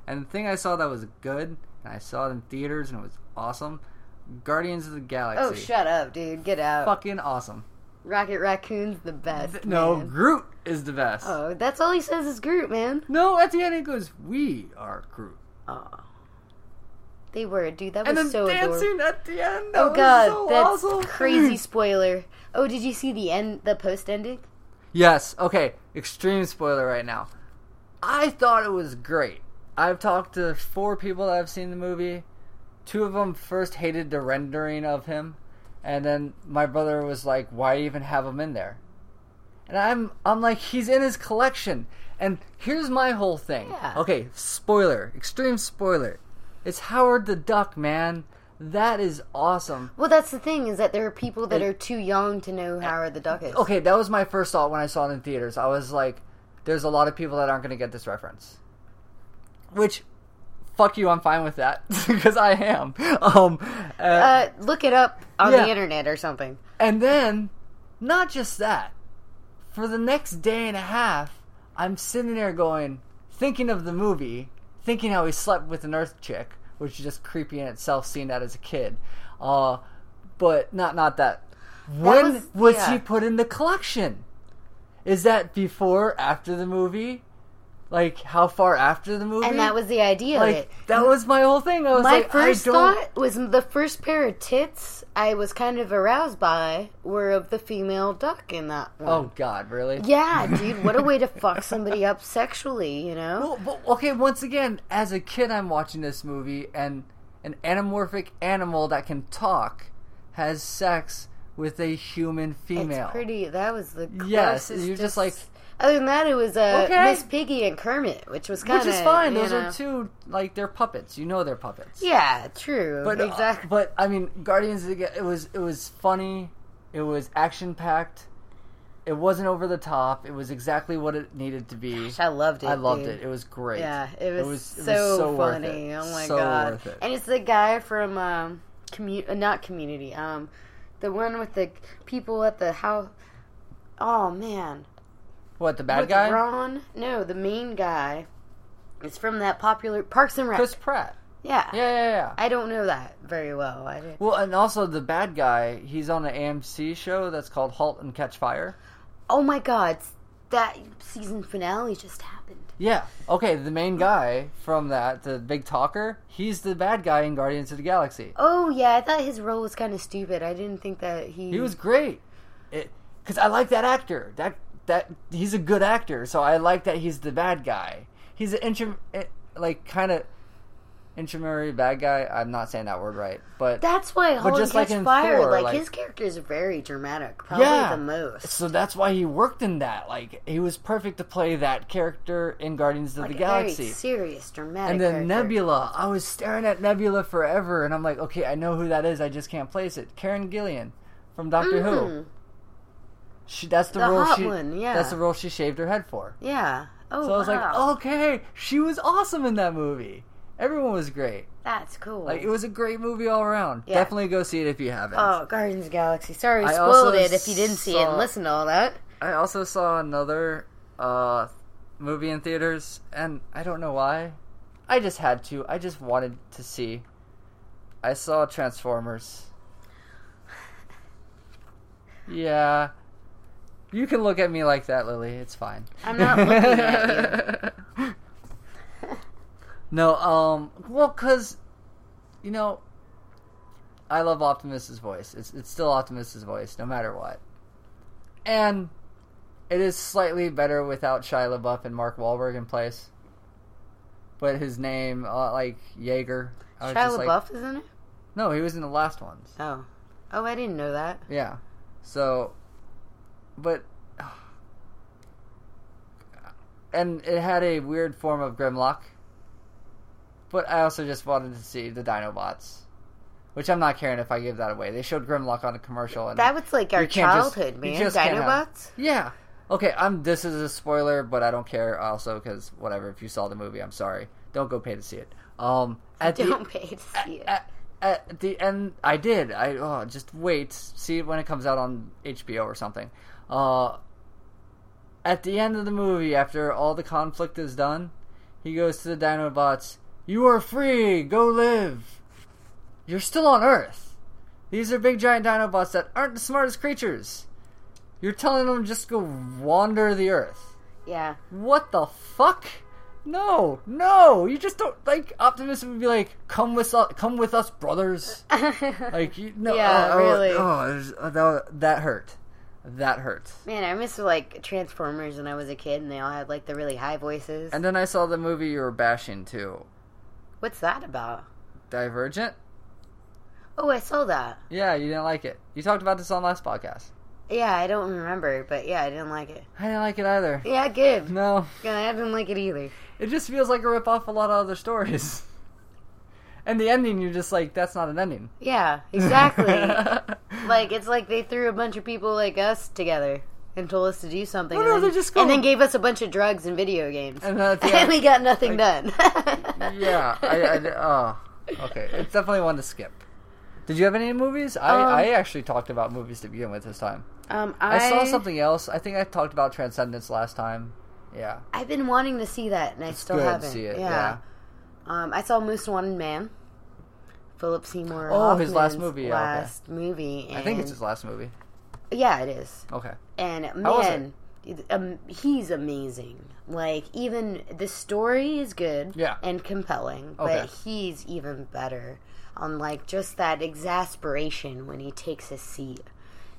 A: And the thing I saw that was good, and I saw it in theaters and it was awesome Guardians of the Galaxy.
B: Oh, shut up, dude. Get out.
A: Fucking awesome.
B: Rocket Raccoon's the best.
A: Th- no,
B: man.
A: Groot is the best.
B: Oh, that's all he says is Groot, man.
A: No, at the end it goes, We are Groot.
B: Oh. They were, dude. That
A: And
B: was
A: then
B: so adorable.
A: dancing at the end. that
B: Oh
A: was
B: god,
A: so
B: that's
A: awesome.
B: crazy spoiler. Oh, did you see the end, the post ending?
A: Yes. Okay. Extreme spoiler right now. I thought it was great. I've talked to four people that have seen the movie. Two of them first hated the rendering of him, and then my brother was like, "Why even have him in there?" And I'm I'm like, "He's in his collection." And here's my whole thing.
B: Yeah.
A: Okay, spoiler, extreme spoiler. It's Howard the Duck, man. That is awesome.
B: Well, that's the thing is that there are people that
A: It- Oh,
B: are too young to know Howard the Duck is.
A: Okay, that was my first thought when I saw it in theaters. I was like, there's a lot of people that aren't going to get this reference. Which, fuck you, I'm fine with that. Because I am. Um, uh,
B: Uh, look it up on
A: Yeah.
B: the internet or something.
A: and then, not just that, for the next day and a half, I'm sitting there going, thinking of the movie, thinking how he slept with an Earth chick, which is just creepy in itself, seeing that as a kid. Uh, but not not that. When was,
B: was- yeah.
A: he put in the collection? Is that before, after the movie? Like how far after the movie?
B: And that was the idea
A: like
B: of it.
A: that was my whole thing. I was
B: My
A: like,
B: first
A: I don't.
B: thought was the first pair of tits I was kind of aroused by were of the female duck in that one.
A: Oh God, really?
B: Yeah, dude, what a way to fuck somebody up sexually, you know?
A: Well, but, okay, once again, as a kid, I'm watching this movie, and an anamorphic animal that can talk has sex with a human female.
B: It's pretty. That was the closest.
A: Yes, and you're just like-
B: Other than that, it was uh,
A: Okay.
B: Miss Piggy and Kermit, which was kind
A: Which
B: of
A: is fine. Those are two, like, they're puppets. You know they're puppets.
B: Yeah, true.
A: But, uh,
B: exactly.
A: but I mean, Guardians of the Ga- it was it was funny, it was action packed, it wasn't over the top. It was exactly what it needed to be.
B: I loved it.
A: I loved
B: dude.
A: it. It was great.
B: Yeah, it was, so,
A: worth it.
B: funny. Oh my
A: So
B: god!
A: worth it.
B: And it's the guy from um, commu- uh, not community. Um, the one with the people at the house. Oh man,
A: What the bad
B: with
A: guy?
B: Ron? No, the main guy. It's from that popular Parks and Rec.
A: Chris Pratt.
B: yeah.
A: Yeah, yeah, yeah.
B: I don't know that very well. I did.
A: Well, and also the bad guy, he's on an AMC show that's called Halt and Catch Fire.
B: Oh my god, that season finale just happened.
A: Yeah. Okay, the main guy from that, the big talker, he's the bad guy in Guardians of the Galaxy.
B: Oh yeah, I thought his role was kind of stupid. I didn't think that he
A: He was great. It cuz I like that actor. That that he's a good actor, so I like that he's the bad guy. He's an intram eh, like kind of intramural bad guy. I'm not saying that word right, but
B: That's why Holland just
A: just like
B: Catch
A: in
B: Fire,
A: Thor,
B: like,
A: like-
B: his character is very dramatic, probably
A: Yeah.
B: the most.
A: so that's why he worked in that. Like he was perfect to play that character in Guardians of
B: Like,
A: the
B: a
A: Galaxy.
B: very serious, dramatic.
A: and then
B: character.
A: Nebula. I was staring at Nebula forever, and I'm like, okay, I know who that is. I just can't place it. Karen Gillian from Doctor Who.
B: Mhm.
A: She, that's the,
B: The
A: role
B: hot
A: she.
B: one, yeah.
A: That's the role she shaved her head for.
B: Yeah. Oh,
A: So I was like,
B: wow.
A: okay, she was awesome in that movie. Everyone was great.
B: that's cool.
A: Like it was a great movie all around.
B: Mm. Yeah.
A: Definitely go see it if you haven't.
B: oh, Guardians of the Galaxy. Sorry,
A: I
B: I
A: also
B: spoiled it if you didn't see it
A: saw-
B: and listen to all that.
A: I also saw another uh, movie in theaters, and I don't know why. I just had to. I just wanted to see. I saw Transformers. Yeah. You can look at me like that, Lily. It's fine.
B: I'm not looking at you.
A: you. no, um, well, because, you know, I love Optimus's voice. It's, it's still Optimus's voice, no matter what. And it is slightly better without Shia LaBeouf and Mark Wahlberg in place. But his name, uh, like Jaeger. I was
B: Shia
A: just like-
B: LaBeouf is in it.
A: no, he was in the last ones.
B: Oh, oh, I didn't know that.
A: Yeah. So, but, and it had a weird form of Grimlock. But I also just wanted to see the Dinobots, which I'm not caring if I give that away. They showed Grimlock on a commercial, and
B: That was like
A: Um, You
B: our
A: can't just-
B: childhood,
A: you
B: man.
A: just can't have-
B: Dinobots.
A: yeah. Okay, I'm. This is a spoiler, but I don't care also because whatever. If you saw the movie, I'm sorry. Don't go pay to see it. Um, at the
B: Don't pay to see it.
A: at, at the end, I did. I oh, just wait, see it when it comes out on HBO or something. Uh, at the end of the movie, after all the conflict is done, he goes to the Dinobots. You are free. Go live. You're still on Earth. These are big giant Dinobots that aren't the smartest creatures. You're telling them just go wander the Earth.
B: Yeah.
A: What the fuck? No, no. You just don't like. Optimus would be like, "Come with us, come with us, brothers." like, you, no,
B: Yeah,
A: oh, oh,
B: really.
A: Oh, there's- oh, that, that hurt. That hurt.
B: Man, I miss like Transformers when I was a kid, and they all had like the really high voices.
A: And then I saw the movie you were bashing too,
B: What's that about?
A: Divergent.
B: Oh, I saw that.
A: Yeah, you didn't like it. You talked about this on last podcast.
B: Yeah, I don't remember, but yeah, I didn't like it.
A: I didn't like it either.
B: Yeah, good.
A: No,
B: Yeah, I didn't like it either.
A: it just feels like a rip off a lot of other stories. And the ending, you're just like, that's not an ending.
B: Yeah, exactly. like it's like they threw a bunch of people like us together and told us to do something.
A: No,
B: and
A: Oh, no,
B: then,
A: they just go-
B: and then gave us a bunch of drugs and video games,
A: And that's the
B: and
A: end.
B: we got nothing done.
A: yeah, I, I- oh, okay. It's definitely one to skip. Did you have any movies? I,
B: Um,
A: I actually talked about movies to begin with this time.
B: um,
A: I,
B: I,
A: saw something else. I think I talked about Transcendence last time. Yeah,
B: I've been wanting to see that, and I
A: it's
B: still
A: good
B: haven't.
A: to see it.
B: yeah. Um, I saw Moose Wanted Man. Philip Seymour.
A: Oh, his last
B: Hoffman's
A: movie, yeah, okay.
B: Last movie. And
A: I think it's his last movie.
B: Yeah, it is.
A: Okay.
B: And
A: was
B: man, it- um, he's amazing. Like even the story is good.
A: Yeah.
B: And compelling,
A: Okay.
B: but he's even better on like just that exasperation when he takes a seat.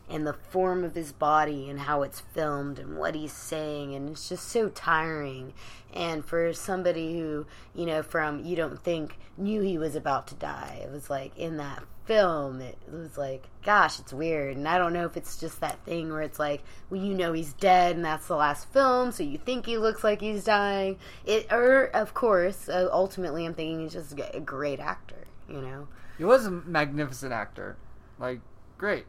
B: And the form of his body and how it's filmed and what he's saying and it's just so tiring. And for somebody who, you know, from you don't think knew he was about to die, it was like in that film it was like, gosh, it's weird. And I don't know if it's just that thing where it's like, well, you know he's dead and that's the last film, so you think he looks like he's dying. It or of course, uh, ultimately I'm thinking he's just a great actor, you know.
A: He was a magnificent actor. Like, great.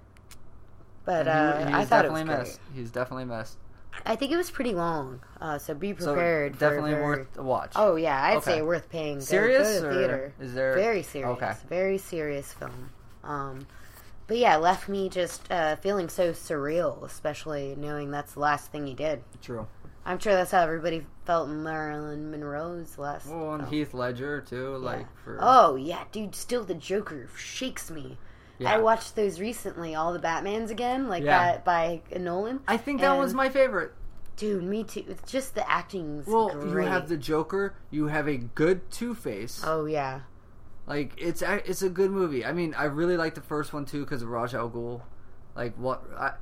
B: But
A: He-
B: uh,
A: he's
B: I thought it
A: definitely
B: was great.
A: missed. He's definitely missed.
B: I think it was pretty long, uh, so be
A: So
B: prepared. for
A: definitely
B: very-
A: worth a watch.
B: Oh yeah, I'd
A: Okay.
B: say worth paying. Go- go
A: serious
B: to
A: or
B: the theater.
A: is there
B: Very serious.
A: Okay.
B: Very serious film. Um, but yeah, it left me just uh, feeling so surreal, especially knowing that's the last thing he did.
A: True.
B: I'm sure that's how everybody felt in Marilyn Monroe's last.
A: Well, and
B: film.
A: Heath Ledger too. Like for
B: Oh yeah, dude, still the Joker shakes me.
A: Yeah.
B: I watched those recently, all the Batmans again, like
A: Yeah.
B: that by Nolan.
A: I think that one's
B: and-
A: my favorite.
B: Dude, me too. It's just the acting's
A: Well,
B: great.
A: you have the Joker. You have a good Two Face.
B: oh yeah,
A: Like it's a- it's a good movie. I mean, I really like the first one too because of Raj Al Ghul. Like what? I,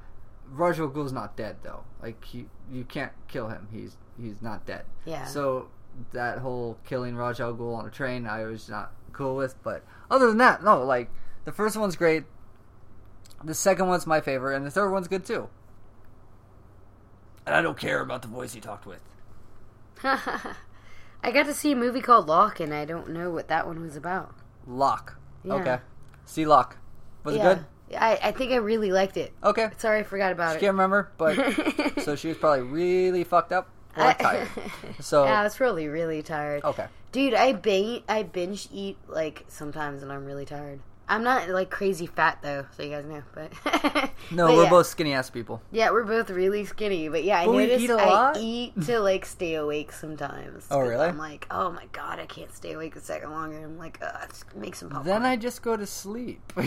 A: Raj Al Ghul's not dead though. Like he, you can't kill him. He's he's not dead.
B: yeah.
A: So that whole killing Raj Al Ghul on a train, I was not cool with. But other than that, no. Like the first one's great. The second one's my favorite, and the third one's good too. And I don't care about the voice he talked with.
B: I got to see a movie called Lock, and I don't know what that one was about.
A: Lock.
B: Yeah.
A: Okay. See Lock. Was
B: yeah.
A: it good?
B: I, I think I really liked it.
A: Okay.
B: Sorry, I forgot about
A: She can't remember, but
B: it.
A: so she was probably really fucked up or tired. So
B: yeah, I was probably really tired.
A: okay.
B: Dude, I ba- I binge eat like sometimes when I'm really tired. I'm not like crazy fat though, so you guys know. But
A: No,
B: but
A: we're
B: yeah.
A: both skinny ass people.
B: yeah, we're both really skinny. But yeah, I
A: But we
B: noticed
A: eat a
B: I
A: lot?
B: eat to like stay awake sometimes.
A: Oh,
B: 'Cause
A: really?
B: I'm like, oh my god, I can't stay awake a second longer. I'm like, Ugh, let's make some popcorn.
A: Then I just go to sleep.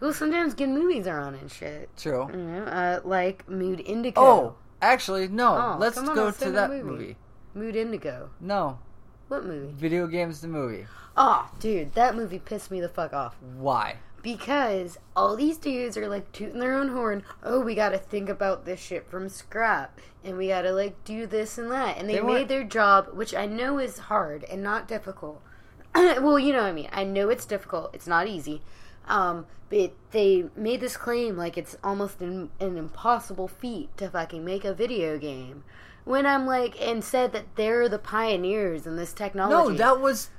B: Well, sometimes good movies are on and shit.
A: True.
B: You know, uh, like Mood Indigo.
A: Oh, actually, no.
B: Oh,
A: Let's
B: come on,
A: go
B: let's say
A: to
B: the
A: that
B: movie.
A: movie.
B: Mood Indigo.
A: No,
B: What movie?
A: video games the movie.
B: Oh, dude, that movie pissed me the fuck off.
A: Why?
B: Because all these dudes are like tooting their own horn. Oh, we gotta think about this shit from scrap. And we gotta like do this and that. And they,
A: They
B: made
A: weren't-
B: their job, which I know is hard and not difficult. well, you know what I mean. I know it's difficult, it's not easy. Um, but they made this claim like it's almost an, an impossible feat to fucking make a video game. When I'm like, and said that they're the pioneers in this technology.
A: No, that was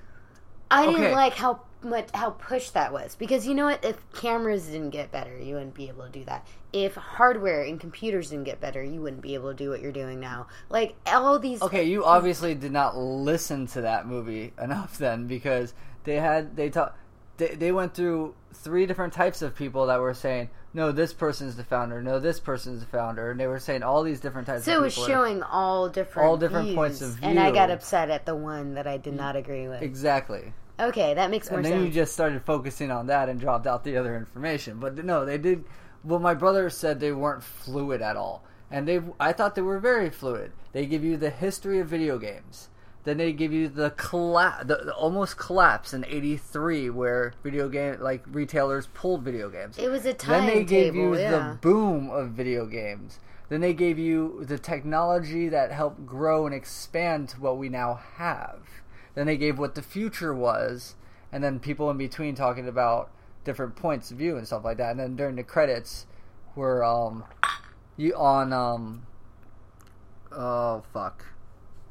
B: I didn't
A: Okay.
B: like how much how pushed that was because you know what? If cameras didn't get better, you wouldn't be able to do that. If hardware and computers didn't get better, you wouldn't be able to do what you're doing now. Like all these.
A: okay. You obviously did not listen to that movie enough then, because they had they talk they, they went through three different types of people that were saying, no, this person's the founder, no, this person's the founder, and they were saying all these different types
B: So it
A: of
B: was
A: people.
B: showing all different
A: All different
B: views,
A: points of
B: and I got
A: view.
B: upset at the one that I did not agree with.
A: exactly.
B: Okay, that makes more
A: and then
B: sense.
A: you just started focusing on that and dropped out the other information. But no, they did. Well, my brother said they weren't fluid at all, and they I thought they were very fluid. They give you the history of video games, then they give you the colla the, the almost collapse in '83 where video game like retailers pulled video games.
B: it was a
A: Then they
B: timetable.
A: gave you
B: yeah.
A: the boom of video games. Then they gave you the technology that helped grow and expand to what we now have. Then they gave what the future was, and then people in between talking about different points of view and stuff like that. And then during the credits were um you on um oh fuck.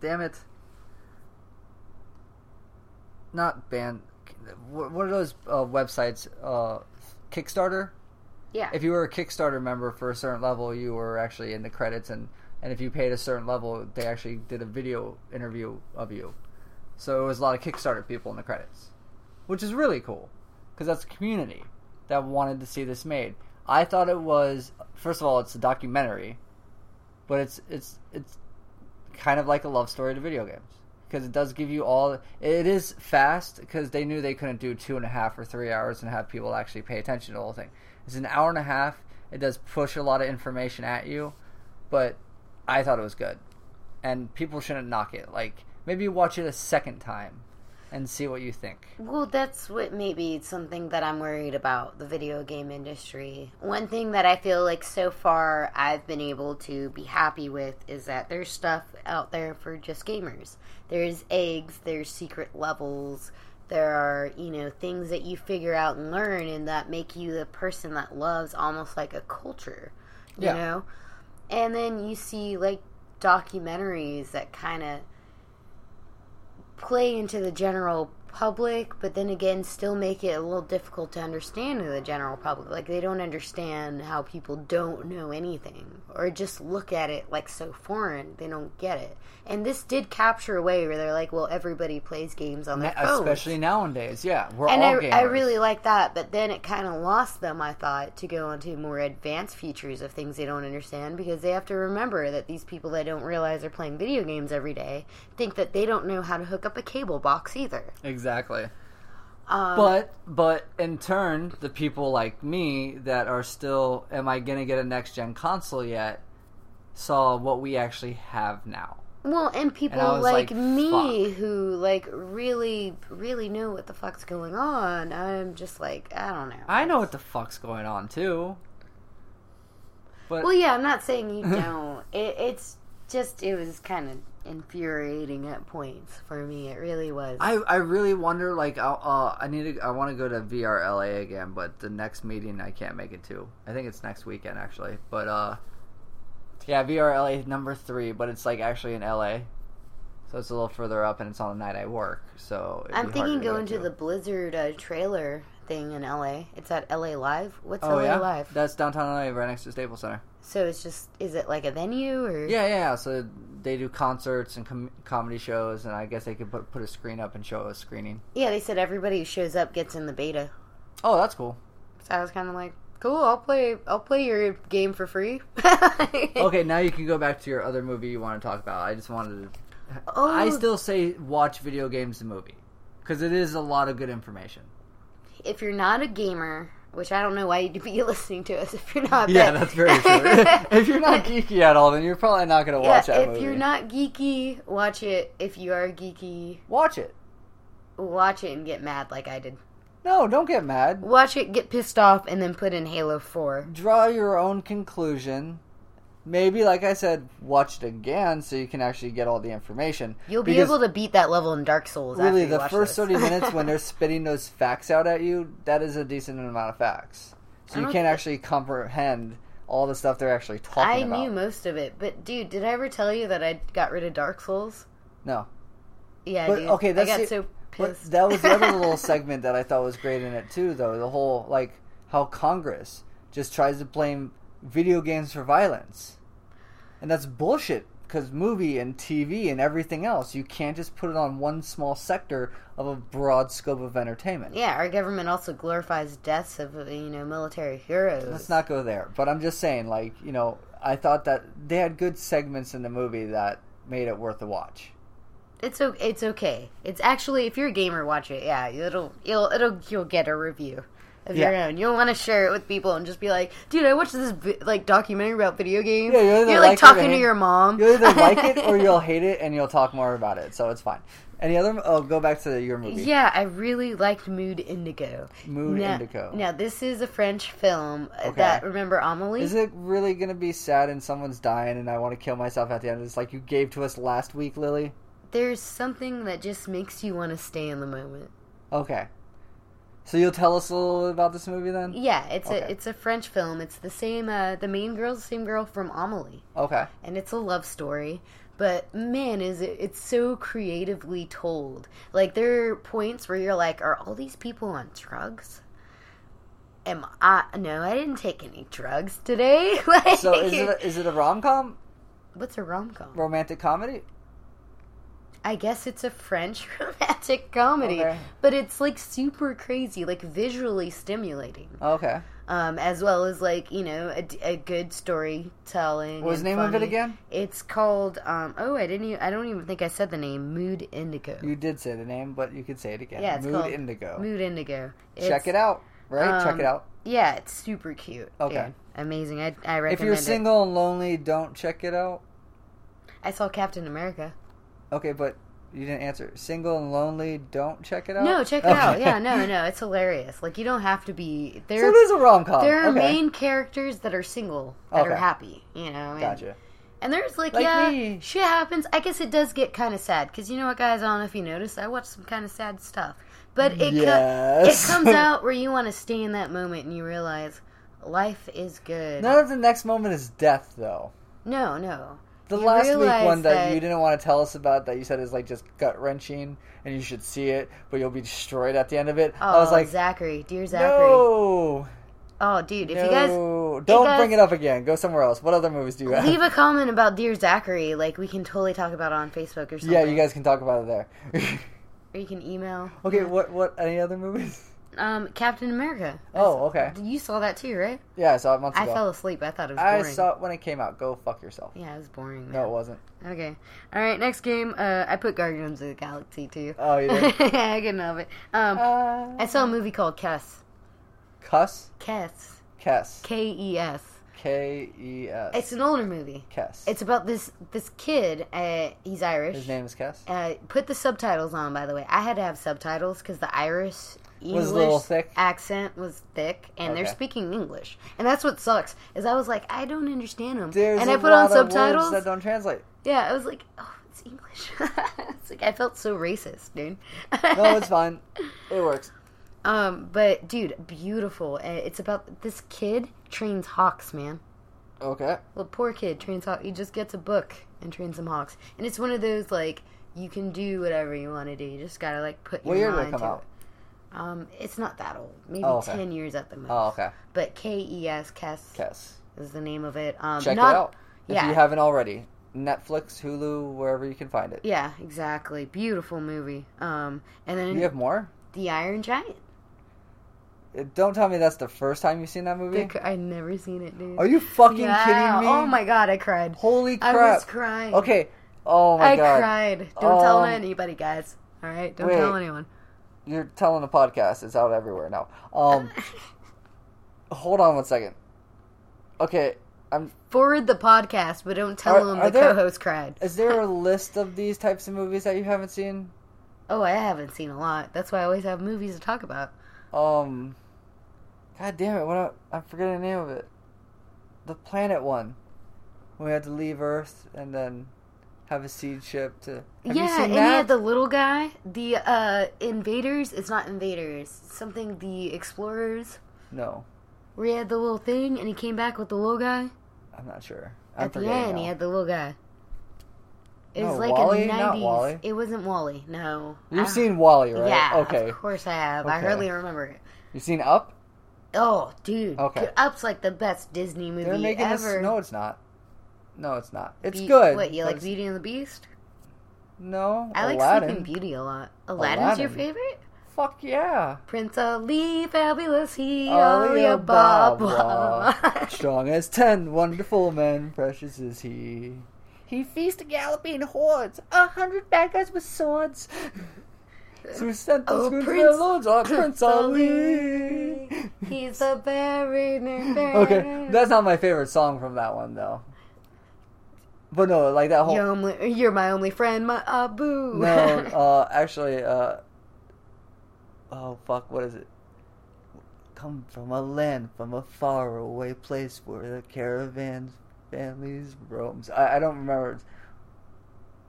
A: Damn it. Not band what what are those uh, websites uh Kickstarter?
B: yeah.
A: if you were a Kickstarter member for a certain level, you were actually in the credits, and and if you paid a certain level, they actually did a video interview of you. So it was a lot of Kickstarter people in the credits, which is really cool because that's a community that wanted to see this made. I thought it was first of all, it's a documentary, but it's it's it's kind of like a love story to video games because it does give you all. It is fast because they knew they couldn't do two and a half or three hours and have people actually pay attention to the whole thing. It's an hour and a half. It does push a lot of information at you, but I thought it was good, and people shouldn't knock it. Like maybe watch it a second time and see what you think.
B: Well, that's what maybe it's something that I'm worried about the video game industry. One thing that I feel like so far I've been able to be happy with is that there's stuff out there for just gamers. There's eggs, there's secret levels, there are, you know, things that you figure out and learn and that make you the person that loves almost like a culture, you
A: Yeah.
B: know? And then you see like documentaries that kind of play into the general public, but then again, still make it a little difficult to understand to the general public. Like, they don't understand how people don't know anything or just look at it like so foreign. They don't get it. And this did capture a way where they're like, well, everybody plays games on their phone.
A: Especially nowadays, yeah, we're
B: Oh, and
A: all
B: I,
A: gamers.
B: I really like that, but then it kind of lost them, I thought, to go into more advanced features of things they don't understand because they have to remember that these people that don't realize are playing video games every day think that they don't know how to hook up a cable box either.
A: exactly.
B: Um,
A: But but in turn, the people like me that are still, am I gonna get a next gen console yet? Saw what we actually have now.
B: Well, and people
A: And I was
B: like,
A: like,
B: me who like really, really know what the fuck's going on. I'm just like, I don't know.
A: I know what the fuck's going on too. But
B: Well, yeah, I'm not saying you don't. it, it's just it was kind of infuriating at points for me. It really was.
A: I I really wonder like I'll, uh, I need to I want to go to VRLA again, but the next meeting I can't make it to. I think it's next weekend actually. But uh, yeah, VRLA number three, but it's like actually in LA, so it's a little further up, and it's on the night I work. So it'd
B: I'm
A: be
B: thinking
A: harder to go
B: going to
A: to.
B: the Blizzard uh, trailer thing in LA. It's at LA Live. What's
A: Oh
B: LA
A: yeah,
B: Live?
A: that's downtown LA, right next to Staples Center.
B: So it's just is it like a venue or
A: Yeah, yeah. yeah. So they do concerts and com- comedy shows, and I guess they could put put a screen up and show a screening.
B: Yeah, they said everybody who shows up gets in the beta.
A: Oh, that's cool.
B: So I was kind of like, cool. I'll play. I'll play your game for free.
A: Okay, now you can go back to your other movie you want to talk about. I just wanted to.
B: Oh,
A: I still say watch video games the movie because it is a lot of good information.
B: if you're not a gamer, which I don't know why you'd be listening to us if you're not.
A: Yeah,
B: but-
A: that's very true. if you're not geeky at all, then you're probably not going to
B: yeah,
A: watch that
B: if
A: movie.
B: you're not geeky, watch it. If you are geeky,
A: watch it.
B: watch it and get mad like I did.
A: No, don't get mad.
B: Watch it, get pissed off, and then put in Halo Four.
A: Draw your own conclusion. Maybe, like I said, watch it again so you can actually get all the information.
B: You'll be
A: Because
B: able to beat that level in Dark Souls. after
A: really
B: you
A: the
B: watch
A: first
B: this.
A: 30 minutes when they're spitting those facts out at you that is a decent amount of facts so
B: I
A: you
B: don't
A: can't
B: thi-
A: actually comprehend all the stuff they're actually
B: I
A: talking about
B: knew most of it, but dude, did I ever tell you that I got rid of Dark Souls?
A: no
B: Yeah,
A: But,
B: dude.
A: okay, that's
B: I got
A: the-
B: so
A: but
B: pissed.
A: that was the other little segment that i thought was great in it too though the whole like how congress just tries to blame video games for violence and that's bullshit because movie and TV and everything else, you can't just put it on one small sector of a broad scope of entertainment.
B: Yeah, our government also glorifies deaths of you know military heroes.
A: Let's not go there. But I'm just saying, like, you know, I thought that they had good segments in the movie that made it worth a watch.
B: It's o- it's okay. It's actually if you're a gamer, watch it. Yeah, it'll it'll it'll you'll get a review of your
A: Yeah.
B: own. You'll want to share it with people and just be like, dude, I watched this vi- like documentary about video games.
A: Yeah, you'll either
B: you're like
A: like it or
B: talking to
A: hate-
B: your mom.
A: You'll either like it or you'll hate it, and you'll talk more about it. So it's fine. Any other? Oh, go back to your movie.
B: Yeah, I really liked Mood Indigo.
A: Mood
B: now,
A: Indigo.
B: Now this is a French film uh,
A: Okay.
B: that remember Amelie.
A: Is it really gonna be sad and someone's dying and I want to kill myself at the end? It's like you gave to us last week, Lily.
B: There's something that just makes you want to stay in the moment.
A: Okay. So you'll tell us a little about this movie then?
B: Yeah, it's a
A: Okay.
B: it's a French film. It's the same uh, the main girl's the same girl from Amelie.
A: Okay.
B: and it's a love story but man is it it's so creatively told like there are points where you're like are all these people on drugs am i no i didn't take any drugs today like
A: So is it a, is it a rom com,
B: what's a rom-com
A: romantic comedy?
B: i guess it's a french romantic comedy
A: Okay.
B: but it's like super crazy like visually stimulating
A: Okay.
B: um, as well as like you know a, a good storytelling.
A: What was
B: and
A: the name of it
B: funny.
A: again?
B: It's called. Um, oh, I didn't. Even, I don't even think I said the name. Mood Indigo.
A: You did say the name, but you could say it again.
B: Yeah, it's
A: Mood
B: called
A: Indigo.
B: Mood Indigo.
A: Check it out. Right? Check it
B: um,
A: out.
B: Yeah, it's super cute.
A: Okay.
B: Yeah, amazing. I I recommend
A: If you're
B: it.
A: single and lonely, don't check it out.
B: I saw Captain America.
A: Okay, but you didn't answer. Single and lonely, don't check it out.
B: No, check it
A: Okay.
B: out. Yeah, no, no, it's hilarious. Like you don't have to be.
A: So
B: There,
A: it is a rom com.
B: there are
A: okay.
B: main characters that are single that are
A: Okay.
B: happy. You know. and-
A: Gotcha.
B: And there's like,
A: Like
B: yeah,
A: me.
B: shit happens. I guess it does get kind of sad because you know what, guys? I don't know if you noticed, I watched some kind of sad stuff, but it co-
A: Yes.
B: it comes out where you want to stay in that moment and you realize life is good.
A: None of the next moment is death, though.
B: no, no.
A: The
B: You
A: last week
B: realize
A: one that,
B: that-
A: you didn't want to tell us about that you said is like just gut wrenching and you should see it, but you'll be destroyed at the end of it.
B: Oh,
A: I was like,
B: Zachary, dear Zachary.
A: no,
B: Oh, dude, if
A: no,
B: you guys
A: don't
B: guys-
A: bring it up again. Go somewhere else. What other movies do you have?
B: leave a comment about dear Zachary, like we can totally talk about it on Facebook or something.
A: yeah, you guys can talk about it there.
B: Or you can email.
A: okay, what what any other movies?
B: Um, Captain America.
A: Oh, okay.
B: You saw that too, right?
A: Yeah, I saw it months
B: I
A: ago.
B: fell asleep. I thought it was
A: I
B: boring.
A: saw it when it came out. Go fuck yourself.
B: Yeah, it was boring.
A: No,
B: man.
A: it wasn't.
B: Okay. All right. Next game. Uh, I put Guardians of the Galaxy too.
A: Oh, you did.
B: I couldn't help it. Um, I
A: uh,
B: saw a movie called Kess.
A: cuss,
B: Kess.
A: Kess,
B: K E S.
A: K E S,
B: It's an older movie.
A: Kess.
B: It's about this this kid. Uh, he's Irish.
A: His name is Kess.
B: Uh, put the subtitles on, by the way. I had to have subtitles because the Irish English
A: Was a little thick?
B: accent was thick, and they're
A: Okay.
B: speaking English, and that's what sucks. Is I was like, I don't understand them,
A: There's
B: and
A: I
B: I put on
A: of
B: subtitles.
A: words that don't translate.
B: Yeah, I was like, oh, it's English. it's like I felt so racist, dude.
A: No, it's fine. It works.
B: um, but dude, beautiful. Uh, It's about this kid trains hawks, man.
A: Okay.
B: Well, poor kid trains hawks. He just gets a book and trains some hawks, and it's one of those like you can do whatever you want to do. You just gotta like put your
A: What year did
B: mind
A: it come
B: to
A: out?
B: it. Um, it's not that old. Maybe
A: Oh, okay.
B: ten years at the most.
A: Oh, okay.
B: But K E S Kes
A: Yes.
B: is the name of it. Um,
A: Check
B: not-
A: it out if
B: yeah.
A: you haven't already. Netflix, Hulu, wherever you can find it.
B: Yeah, exactly. Beautiful movie. Um, and then
A: You have more?
B: the Iron Giant.
A: Uh, Don't tell me that's the first time you've seen that movie.
B: Dick- I never seen it, dude.
A: Are you fucking
B: Yeah.
A: kidding me?
B: Oh my god, I cried.
A: Holy
B: I
A: crap!
B: was crying.
A: Okay. Oh my
B: I
A: god.
B: cried. Don't tell
A: Um,
B: anybody, guys. All right, don't
A: wait.
B: tell anyone.
A: You're telling the podcast. It's out everywhere now. Um, hold on one second. Okay. I'm.
B: Forward the podcast, but don't tell
A: Are-
B: them
A: are
B: the
A: there-
B: co-host cried.
A: Is there a list of these types of movies that you haven't seen?
B: Oh, I haven't seen a lot. That's why I always have movies to talk about.
A: Um, God damn it! What I, I'm forgetting the name of it. The planet one. We had to leave Earth and then have a seed ship to. Have you
B: yeah,
A: seen
B: and
A: that?
B: he had the little guy, the uh invaders. It's not invaders. Something the explorers.
A: No,
B: Where he had the little thing, and he came back with the little guy.
A: I'm not sure. I'm
B: At the
A: forgetting
B: end,
A: now.
B: he had the little guy. It
A: No,
B: was like
A: Wall-E?
B: a
A: Not
B: 90s.
A: Wall-E?
B: It wasn't Wally. No.
A: You've
B: I-
A: seen Wally, right?
B: Ah. Yeah,
A: Okay.
B: of course I have. I
A: Okay.
B: hardly remember it.
A: You've seen Up?
B: Oh, dude.
A: Okay.
B: Up's like the best Disney movie
A: They're making
B: ever.
A: this. No, it's not. No, it's not. It's
B: Be-
A: good.
B: What you
A: but
B: like,
A: it's-
B: Beauty and the Beast?
A: No,
B: I like
A: Aladdin.
B: Sleeping Beauty a lot. Aladdin's your
A: Aladdin.
B: favorite?
A: Fuck yeah.
B: Prince Ali, fabulous he,
A: Alibaba.
B: Alibaba.
A: Strong as ten wonderful men, precious is he. He feasts galloping hordes, a hundred bad guys with swords. Who sent those
B: Oh,
A: good
B: Prince-
A: fellows? Our Prince
B: Prince
A: Ali.
B: He's a barren
A: okay, that's not my favorite song from that one though. But no, like that whole
B: You're, only, you're my only friend, my abu.
A: Oh. no. Uh, actually, uh, oh fuck, what is it? Come from a land, from a faraway place where the caravans, families roams. I, I don't remember.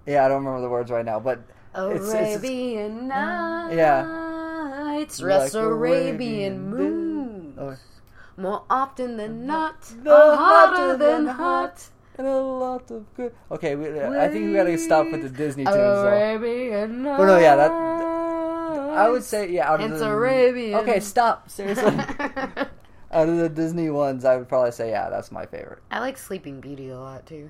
A: Yeah, I don't remember the words right now, but uh, it's- it's-
B: Arabian Nights.
A: Yeah.
B: It's
A: Like
B: rest Arabian
A: Arabian Oh.
B: moons.
A: Okay.
B: More often than not,
A: The
B: are hotter
A: hotter
B: than
A: than
B: hot.
A: and a lot of good. Okay, we, I think we gotta stop with the Disney tunes though.
B: Arabian Nights.
A: But no, yeah, that- I would say yeah. Out of
B: It's
A: the,
B: Arabian.
A: Okay, stop. Seriously, out of the Disney ones, I would probably say yeah, that's my favorite.
B: I like Sleeping Beauty a lot too.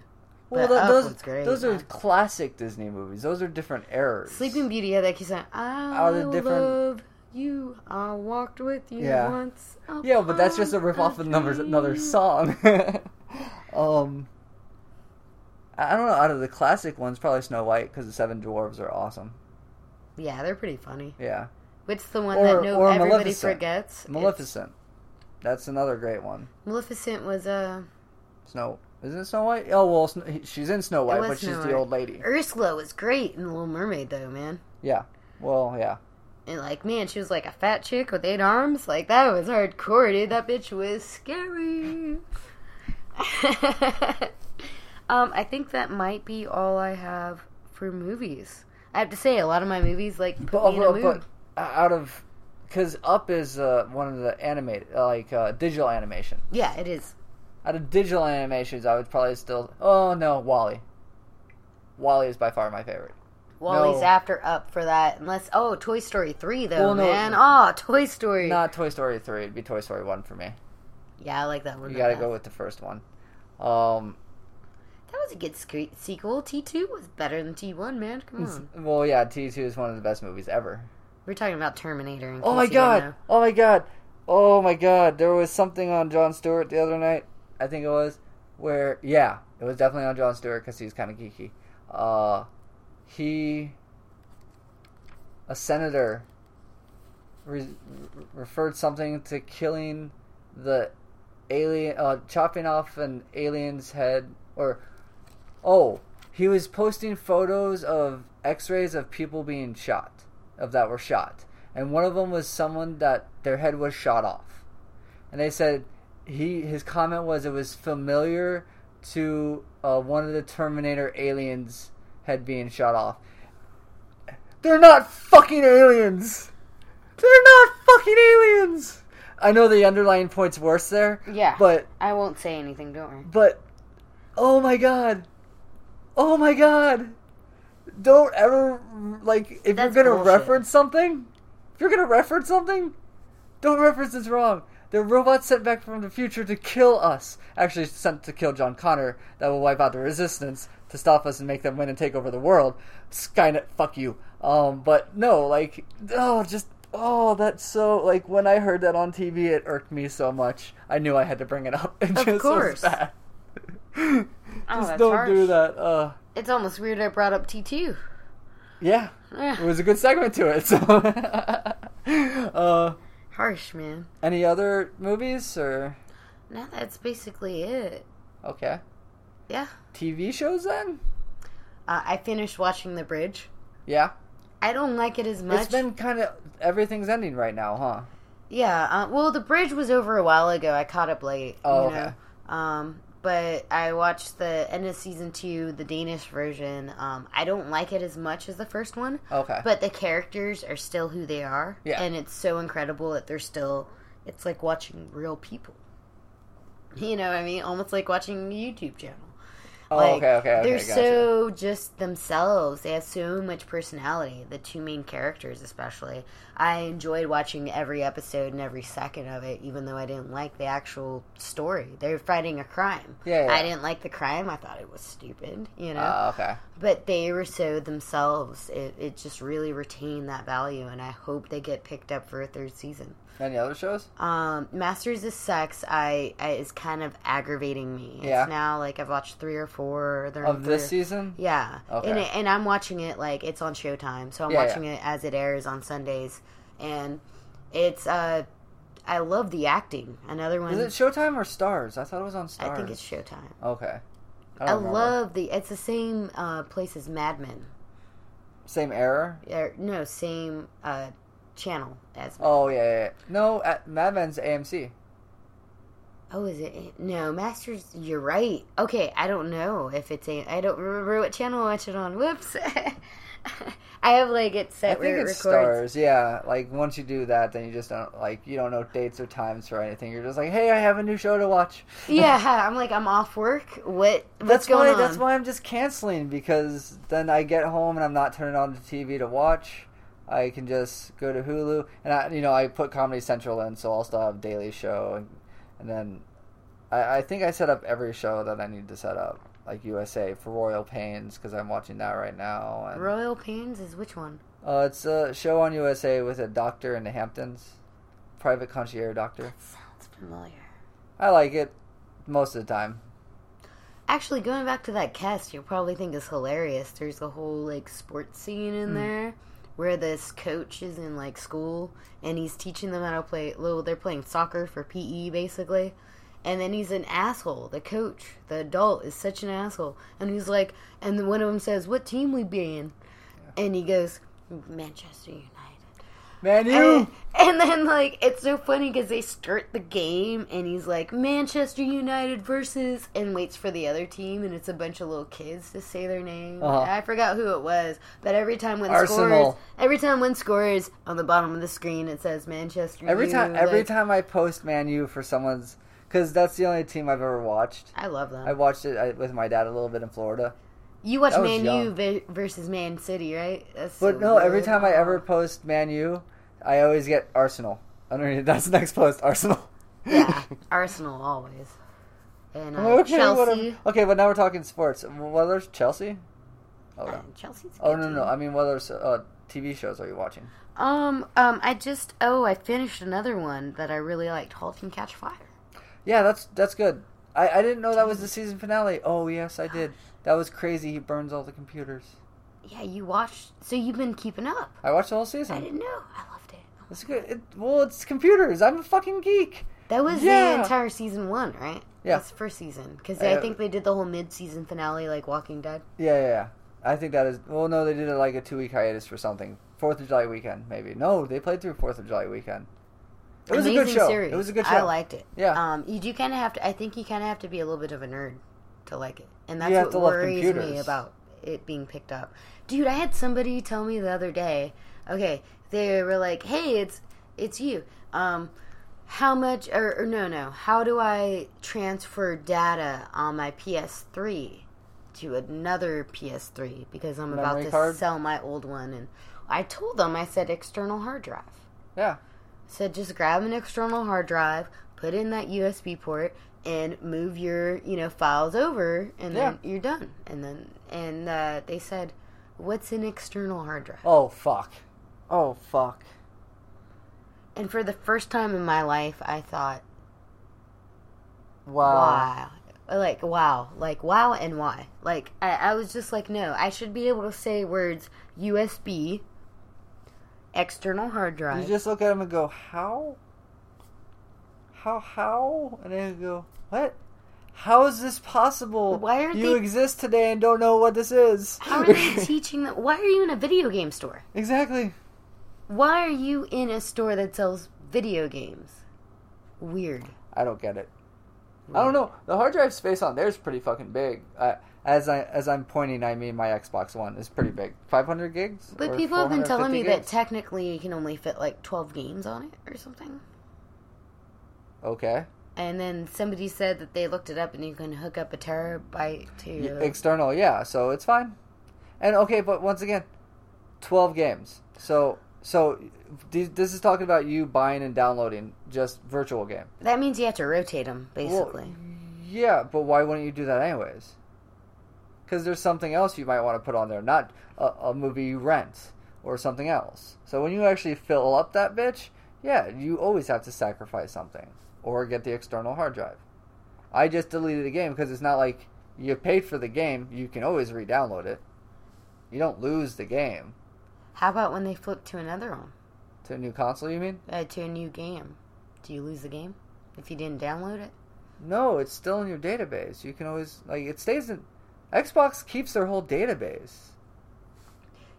A: Well,
B: But
A: th-
B: Up
A: those
B: was great,
A: those are
B: man.
A: classic Disney movies. Those are different eras.
B: Sleeping Beauty had that kiss on. I
A: All the different-
B: love you. I walked with you
A: Yeah.
B: once.
A: Yeah, but that's just a riff off of another another song. um, I I don't know. Out of the classic ones, probably Snow White because the Seven Dwarves are awesome.
B: Yeah, they're pretty funny.
A: Yeah,
B: What's the one
A: Or-
B: that no
A: or
B: everybody
A: Maleficent.
B: forgets? It's-
A: Maleficent. That's another great one.
B: Maleficent was uh,
A: Snow isn't it Snow White? Oh well, Sn- she's in Snow White,
B: was
A: but she's
B: Snow
A: the
B: White.
A: old lady.
B: Ursula was great in The Little Mermaid though, man.
A: Yeah. Well, yeah.
B: And like, man, she was like a fat chick with eight arms. Like that was hardcore, dude. That bitch was scary. um, I think that might be all I have for movies. I have to say, a lot of my movies like put
A: But,
B: me in a
A: but,
B: mood.
A: but out of because Up is uh, one of the animated uh, like uh, digital animation.
B: yeah, it is.
A: out of digital animations, I would probably still. Oh no, Wally. Wally is by far my favorite.
B: Wally's
A: No.
B: after up for that, unless oh, Toy Story three though,
A: Well, no.
B: man. Oh, Toy Story.
A: Not Toy Story three; it'd be Toy Story one for me.
B: yeah, I like that one.
A: You
B: the
A: got to
B: best.
A: go with the first one. Um,
B: That was a good sque- sequel. T two was better than T one, man. Come on.
A: well, yeah, T two is one of the best movies ever.
B: We're talking about Terminator. In
A: Oh
B: case
A: my
B: you don't
A: god!
B: know.
A: Oh my god! Oh my god! There was something on John Stewart the other night. I think it was where yeah, it was definitely on John Stewart because he's kind of geeky. Uh, he a senator re- re- referred something to killing the alien, uh, chopping off an alien's head, or oh, he was posting photos of X-rays of people being shot, of that were shot, and one of them was someone that their head was shot off, and they said he his comment was it was familiar to uh, one of the Terminator aliens' head being shot off. They're not fucking aliens. They're not fucking aliens. I know the underlying point's worse there,
B: Yeah.
A: but
B: I won't say anything, don't worry.
A: but oh my god. Oh my god. Don't ever like if
B: That's
A: you're going to
B: bullshit.
A: reference something, if you're going to reference something, don't reference it's wrong. The robots sent back from the future to kill us. Actually sent to kill John Connor that will wipe out the resistance to stop us and make them win and take over the world. Skynet fuck you. Um but no, like oh just oh that's so like when I heard that on TV it irked me so much. I knew I had to bring it up. It just was
B: course.
A: bad. Just
B: Oh, that's
A: don't
B: harsh.
A: do that. Uh,
B: It's almost weird I brought up T two.
A: yeah, it was a good segment to it. So, uh,
B: Harsh, man.
A: any other movies or
B: No, that's basically it.
A: okay
B: Yeah.
A: TV shows then?
B: Uh, I finished watching The Bridge.
A: Yeah,
B: I don't like it as much.
A: it's been kind of everything's ending right now, huh?
B: Yeah. Uh, well, The Bridge was over a while ago. I caught up late.
A: Oh,
B: you know?
A: okay.
B: Um, but I watched the end of season two, the Danish version. Um, I don't like it as much as the first one.
A: Okay,
B: But the characters are still who they are.
A: Yeah.
B: And it's so incredible that they're still, it's like watching real people. You know what I mean? Almost like watching a YouTube channel. Oh, like, okay, okay, okay. They're gotcha. so just themselves. They have so much personality. The two main characters, especially, I enjoyed watching every episode and every second of it, even though I didn't like the actual story. They're fighting a crime.
A: Yeah, yeah.
B: I didn't like the crime. I thought it was stupid. You know.
A: Oh, okay.
B: But they were so themselves. It it just really retained that value, and I hope they get picked up for a third season.
A: Any other shows?
B: Um, Masters of Sex, I, I is kind of aggravating me.
A: Yeah.
B: It's now like I've watched three or four. They're
A: of
B: three
A: this
B: or,
A: season.
B: Yeah.
A: Okay.
B: And, it, and I'm watching it like it's on Showtime, so I'm
A: Yeah,
B: watching it as it airs on Sundays, and it's uh, I love the acting. Another one.
A: Is it Showtime or Stars? I thought it was on Stars.
B: I think it's Showtime.
A: Okay.
B: I,
A: don't remember.
B: love the. It's the same uh, place as Mad Men.
A: Same error.
B: Or, no, same uh, channel as. Oh.
A: Oh yeah, yeah, yeah. no. At Mad Men's AMC.
B: oh, is it no Masters? You're right. Okay, I don't know if it's a. I don't remember what channel I watch it on. Whoops. I have like it set
A: I think
B: where it
A: it's
B: records.
A: Stars. Yeah, like once you do that, then you just don't like you don't know dates or times for anything. You're just like, hey, I have a new show to watch.
B: yeah, I'm like I'm off work. What what's
A: that's
B: going
A: why
B: on?
A: that's why I'm just canceling because then I get home and I'm not turning on the TV to watch. I can just go to Hulu and I you know I put Comedy Central in, so I'll still have Daily Show and, and then I, I think I set up every show that I need to set up like USA for Royal Pains because I'm watching that right now. And,
B: Royal Pains is which one?
A: uh, it's a show on USA with a doctor in the Hamptons, private concierge doctor.
B: Sounds familiar.
A: I like it most of the time.
B: Actually, going back to that cast, you'll probably think is hilarious. There's the whole like sports scene in
A: Hmm.
B: there where this coach is in like school and he's teaching them how to play. Well, they're playing soccer for PE basically, and then he's an asshole. The coach, the adult, is such an asshole, and he's like, and then one of them says, "What team we be in?" And he goes, "Manchester United." And,
A: Man, you
B: and then, like, it's so funny because they start the game, and he's like, Manchester United versus, and waits for the other team, and it's a bunch of little kids to say their name.
A: Uh-huh.
B: I forgot who it was, but every time one scores,
A: Arsenal.
B: every time one scores on the bottom of the screen, it says Manchester.
A: every
B: U,
A: time every
B: like-
A: time I post Man U for someone's because that's the only team I've ever watched.
B: I love them.
A: I watched it I, with my dad a little bit in Florida,
B: you watch
A: that was
B: Man U
A: young.
B: v- versus Man City, right? That's
A: but
B: so
A: no, every
B: good.
A: time I ever post Man U, I always get Arsenal. Underneath that's the next post Arsenal.
B: yeah, Arsenal always, and uh,
A: okay, what
B: Chelsea.
A: a- okay, but now we're talking sports. What other Chelsea? Oh,
B: Uh,
A: no.
B: Chelsea's a
A: oh
B: good
A: no,
B: team.
A: no. I mean, what other uh, TV shows are you watching?
B: Um, um, I just oh, I finished another one that I really liked, *Halt and Catch Fire*.
A: Yeah, that's that's good. I, I didn't know that was the season finale. Oh yes, I did. That was crazy. He burns all the computers.
B: Yeah, you watched, so you've been keeping up.
A: I watched the whole
B: I
A: season.
B: didn't know. I loved it.
A: It's good. It, well, it's computers. I'm a fucking geek.
B: That was the
A: Yeah.
B: entire season one, right?
A: Yeah. Uh,
B: That's the first season because
A: I-
B: I think they did the whole mid-season finale, like *Walking Dead*.
A: Yeah, yeah. yeah. I think that is. Well, no, they did it like a two week hiatus for something. Fourth of July weekend, maybe. No, they played through Fourth of July weekend. It was
B: Amazing
A: a good show.
B: Series.
A: It was a good show.
B: I liked it.
A: Yeah.
B: Um, you do kind of have to. I think you kind of have to be a little bit of a nerd to like it, and that's
A: You have
B: what
A: to love
B: worries me
A: computers.
B: about it being picked up. Dude, I had somebody tell me the other day. Okay, they were like, "Hey, it's it's you. Um, how much? Or, or no, no. How do I transfer data on my PS3 to another PS3 because I'm about
A: Memory
B: to
A: card?
B: sell my old one?" And I told them, I said, "External hard drive."
A: yeah.
B: So just grab an external hard drive, put in that USB port, and move your you know files over, and then you're done. And then and uh, they said, "What's an external hard drive?"
A: Oh fuck. Oh fuck.
B: And for the first time in my life, I thought,
A: Wow.
B: "Wow." Like wow, like wow, and why? Like I, I was just like, no, I should be able to say words USB, external hard drive.
A: You just look at him and go, how? How, how? And then you go, what? How is this possible?
B: Why are
A: you
B: they-
A: exist today and don't know what this is?
B: How are they teaching that? Why are you in a video game store?
A: exactly.
B: Why are you in a store that sells video games? Weird.
A: I don't get it. I
B: Hmm.
A: don't know. The hard drive space on there is pretty fucking big. Uh, as I as I'm pointing, I mean my Xbox One is pretty big, 500 gigs.
B: But
A: or
B: people have been telling me
A: 450
B: that
A: gigs?
B: technically you can only fit like 12 games on it or something.
A: okay,
B: And then somebody said that they looked it up and you can hook up a terabyte to your.
A: External, yeah. So it's fine. And okay, but once again, twelve games. So so th- this is talking about you buying and downloading just virtual game.
B: that means you have to rotate them, basically.
A: Well, yeah, but why wouldn't you do that anyways? Because there's something else you might want to put on there, not a, a movie you rent or something else. So when you actually fill up that bitch, yeah, you always have to sacrifice something or get the external hard drive. I just deleted the game because it's not like you paid for the game; you can always re-download it. You don't lose the game
B: How about when they flip to another one,
A: to a new console. You mean?
B: uh, to a new game? Do you lose the game if you didn't download it?
A: No, it's still in your database. You can always like it stays in. Xbox keeps their whole database.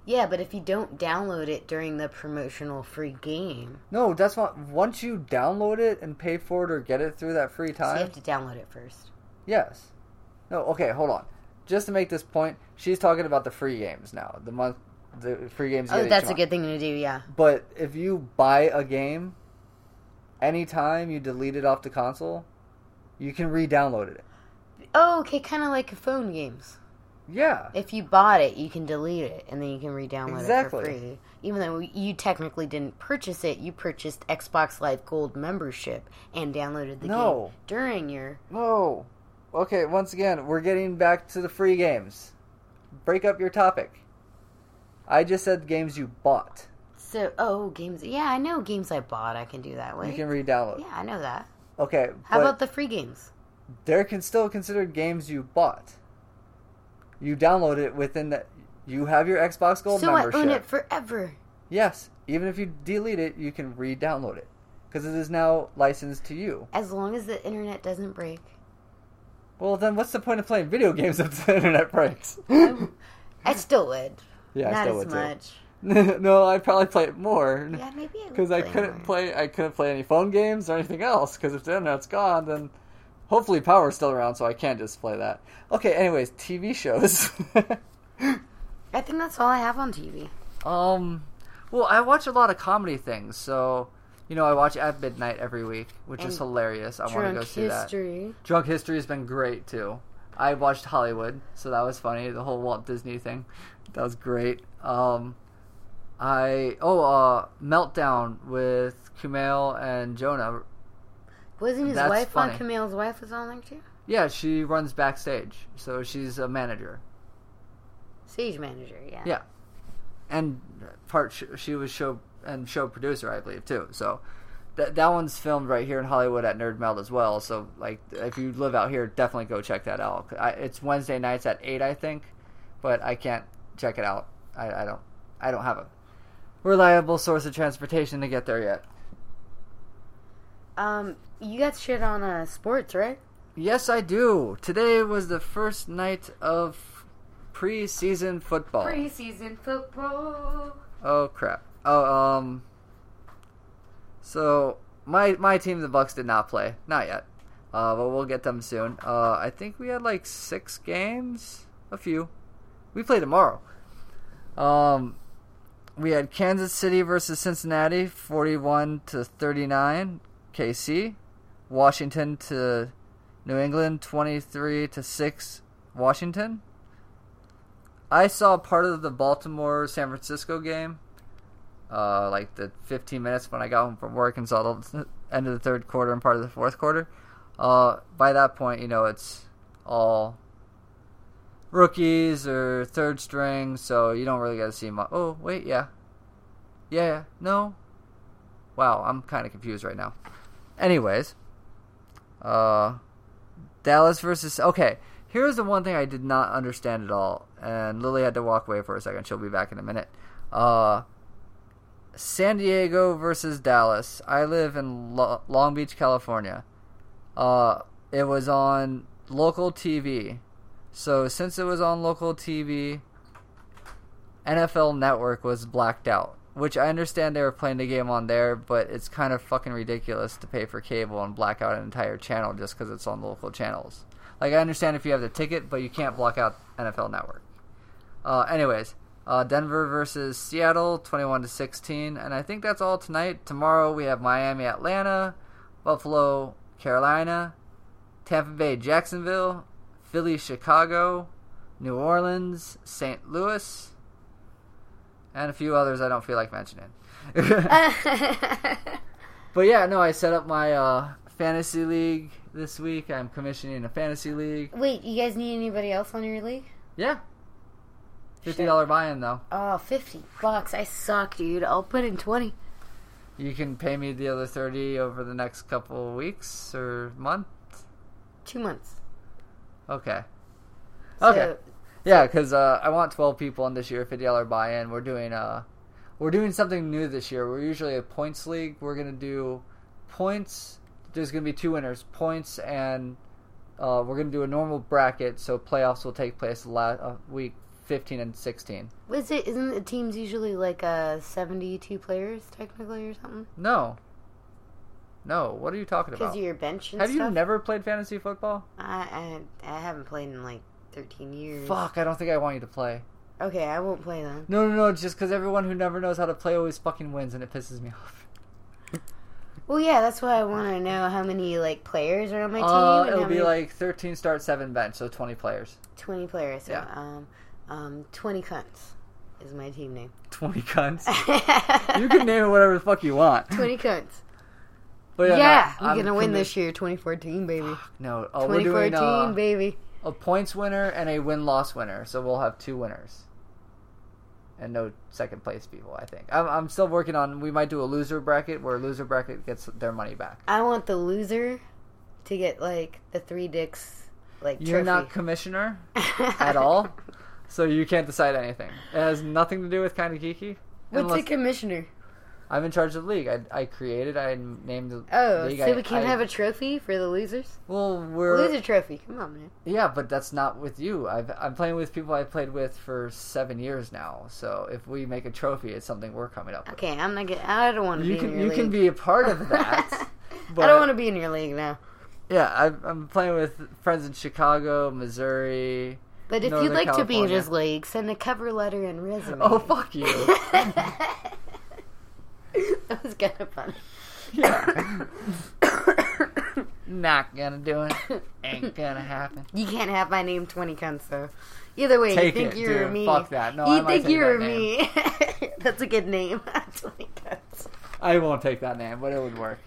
B: Yeah, but if you don't download it during the promotional free game,
A: No, that's not. Once you download it and pay for it or get it through that free
B: so you
A: time,
B: have to download it first.
A: yes. No, okay, hold on. Just to make this point, she's talking about the free games now. The month, the free games. you
B: Oh,
A: get each
B: that's a
A: month.
B: good thing to do. Yeah.
A: But if you buy a game, anytime you delete it off the console, you can re-download it.
B: Oh, okay, kind of like phone games.
A: Yeah,
B: If you bought it, you can delete it, and then you can re-download
A: Exactly.
B: it for free. Even though you technically didn't purchase it, you purchased Xbox Live Gold membership and downloaded the
A: No.
B: game during your.
A: No. Okay, once again, we're getting back to the free games. Break up your topic. I just said games you bought.
B: So, oh, games. Yeah, I know games I bought. I can do that way.
A: You can re-download.
B: yeah, I know that.
A: Okay,
B: How
A: but
B: about the free games?
A: they're can still considered games you bought. You download it within that. You have your Xbox Gold
B: so
A: membership.
B: I own it forever.
A: yes, even if you delete it, you can re-download it because it is now licensed to you.
B: As long as the internet doesn't break.
A: Well, then what's the point of playing video games if the internet breaks?
B: I still would.
A: yeah,
B: Not
A: I still
B: as
A: would too.
B: much.
A: no, I'd probably play it more.
B: Yeah, maybe I would.
A: because I
B: play
A: couldn't
B: more.
A: play I couldn't play any phone games or anything else because if the internet's gone, then hopefully power's still around, so I can't just play that. Okay, anyways, TV shows.
B: I think that's all I have on TV.
A: um, well, I watch a lot of comedy things, so you know I watch At Midnight every week, which is
B: And
A: hilarious. I want to
B: Drunk
A: go see that.
B: history.
A: Drunk History has been great too. I watched Hollywood, so that was funny. The whole Walt Disney thing, that was great. Um, I oh uh, Meltdown with Kumail and Jonah
B: Wasn't his
A: That's
B: wife on
A: funny.
B: Camille's wife was on there too?
A: Yeah, she runs backstage, so she's a manager.
B: Stage manager, yeah.
A: Yeah, and part sh- she was show and show producer, I believe, too. So that that one's filmed right here in Hollywood at Nerd Melt as well. So like, if you live out here, definitely go check that out. I, it's Wednesday nights at eight, I think, but I can't check it out. I, I don't. I don't have a reliable source of transportation to get there yet.
B: Um, you got shit on uh, sports, right?
A: Yes, I do. Today was the first night of preseason football.
B: Preseason football.
A: Oh crap. Oh um. So my my team, the Bucks, did not play, not yet. Uh, but we'll get them soon. Uh, I think we had like six games, a few. We play tomorrow. Um, we had Kansas City versus Cincinnati, forty-one to thirty-nine. KC, Washington to New England, twenty-three to six. Washington. I saw part of the Baltimore San Francisco game, uh, like the 15 minutes when I got home from work and saw the end of the third quarter and part of the fourth quarter. Uh, by that point, you know it's all rookies or third string, so you don't really get to see much. Oh wait, yeah, yeah, yeah. no. Wow, I'm kind of confused right now. Anyways, uh, Dallas versus okay. Here's the one thing I did not understand at all, and Lily had to walk away for a second. She'll be back in a minute. Uh, San Diego versus Dallas. I live in Lo- Long Beach, California. Uh, it was on local TV, so since it was on local TV, NFL Network was blacked out. Which I understand they were playing the game on there, but it's kind of fucking ridiculous to pay for cable and black out an entire channel just because it's on local channels. Like, I understand if you have the ticket, but you can't block out NFL Network. Uh, anyways, uh, Denver versus Seattle, 21 to 16, and I think that's all tonight. Tomorrow we have Miami, Atlanta, Buffalo, Carolina, Tampa Bay, Jacksonville, Philly, Chicago, New Orleans, St. Louis, and a few others I don't feel like mentioning.
B: Uh,
A: but yeah, no, I set up my uh, fantasy league this week. I'm commissioning a fantasy league.
B: Wait, you guys need anybody else on your league?
A: Yeah. Fifty dollar buy-in though.
B: Oh, 50 bucks. I suck, dude. I'll put in 20.
A: You can pay me the other thirty over the next couple weeks or month.
B: Two months.
A: Okay.
B: So-
A: Okay. Yeah, because uh, I want twelve people on this year, fifty dollar buy-in. We're doing uh, we're doing something new this year. We're usually a points league. We're gonna do points. There's gonna be two winners, points, and uh, we're gonna do a normal bracket. So playoffs will take place la- uh, week fifteen and sixteen.
B: What is it? Isn't the teams usually like uh, 72 players technically or something?
A: No, no. What are you talking
B: Because
A: about?
B: of your bench and
A: Have
B: stuff?
A: you never played fantasy football?
B: I, I, I haven't played in like 13 years.
A: Fuck, I don't think I want you to play.
B: Okay, I won't play then.
A: No, no, no. Just because everyone who never knows how to play always fucking wins, and it pisses me off.
B: Well, yeah, that's why I want to know how many like players are on my team.
A: Uh,
B: and
A: it'll
B: how
A: be
B: many-
A: like 13 start, 7 bench, so 20 players.
B: 20 players. So,
A: Yeah.
B: um, um, 20 cunts is my team name.
A: 20 cunts. you
B: you
A: can name it whatever the fuck you want.
B: 20 cunts.
A: But
B: Yeah,
A: Oh, no,
B: we're
A: I'm
B: going to win
A: commi-
B: this year, 2014, baby.
A: No, oh, we're
B: 2014,
A: doing uh,
B: baby.
A: a points winner and a win loss winner, so we'll have two winners. And no second place people, I think. I'm, I'm still working on. We might do a loser bracket where loser bracket gets their money back.
B: I want the loser to get like the three dicks like
A: You're not
B: trophy
A: commissioner at all, so you can't decide anything. It has nothing to do with kind of geeky.
B: What's
A: unless-
B: a commissioner?
A: I'm in charge of the league. I, I created. I named the
B: Oh,
A: league.
B: so
A: I,
B: we can't
A: I-
B: have a trophy for the losers?
A: Well, we're
B: Loser trophy. Come on, man.
A: yeah, but that's not with you. I've, I'm playing with people I played with for seven years now. So if we make a trophy, it's something we're coming up with.
B: Okay, I'm not getting. I don't want to
A: You
B: be in
A: can
B: your
A: you
B: league.
A: can be a part of that.
B: I don't
A: but-
B: want to be in your league now.
A: yeah, I'm, I'm playing with friends in Chicago, Missouri.
B: But if
A: Northern
B: you'd like to be in
A: California.
B: his league, send a cover letter and resume.
A: Oh fuck you!
B: that was kind of funny.
A: Not gonna do it. Ain't gonna happen.
B: You can't have my name twenty cunts though. Either way,
A: Take
B: you think
A: it,
B: you're
A: dude.
B: me.
A: Fuck that. No, I
B: you
A: might
B: think
A: take
B: you're
A: that
B: me.
A: name.
B: That's a good name. twenty cunts.
A: I won't take that name, but it would work.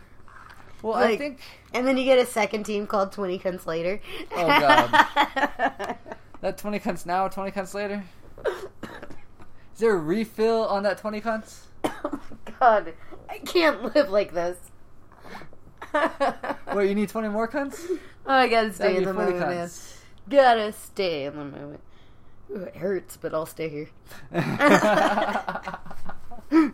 A: Well, I
B: Like-
A: think
B: And then you get a second team called twenty cunts later.
A: Oh,
B: god.
A: that twenty cunts now, twenty cunts later. Is there a refill on that twenty cunts?
B: oh my god. I can't live like this.
A: Wait, you need twenty more cunts?
B: Oh, I gotta stay in
A: That'd be
B: the
A: 40
B: moment, man.
A: cunts.
B: Gotta stay in the moment. Ooh, it hurts, but I'll stay here.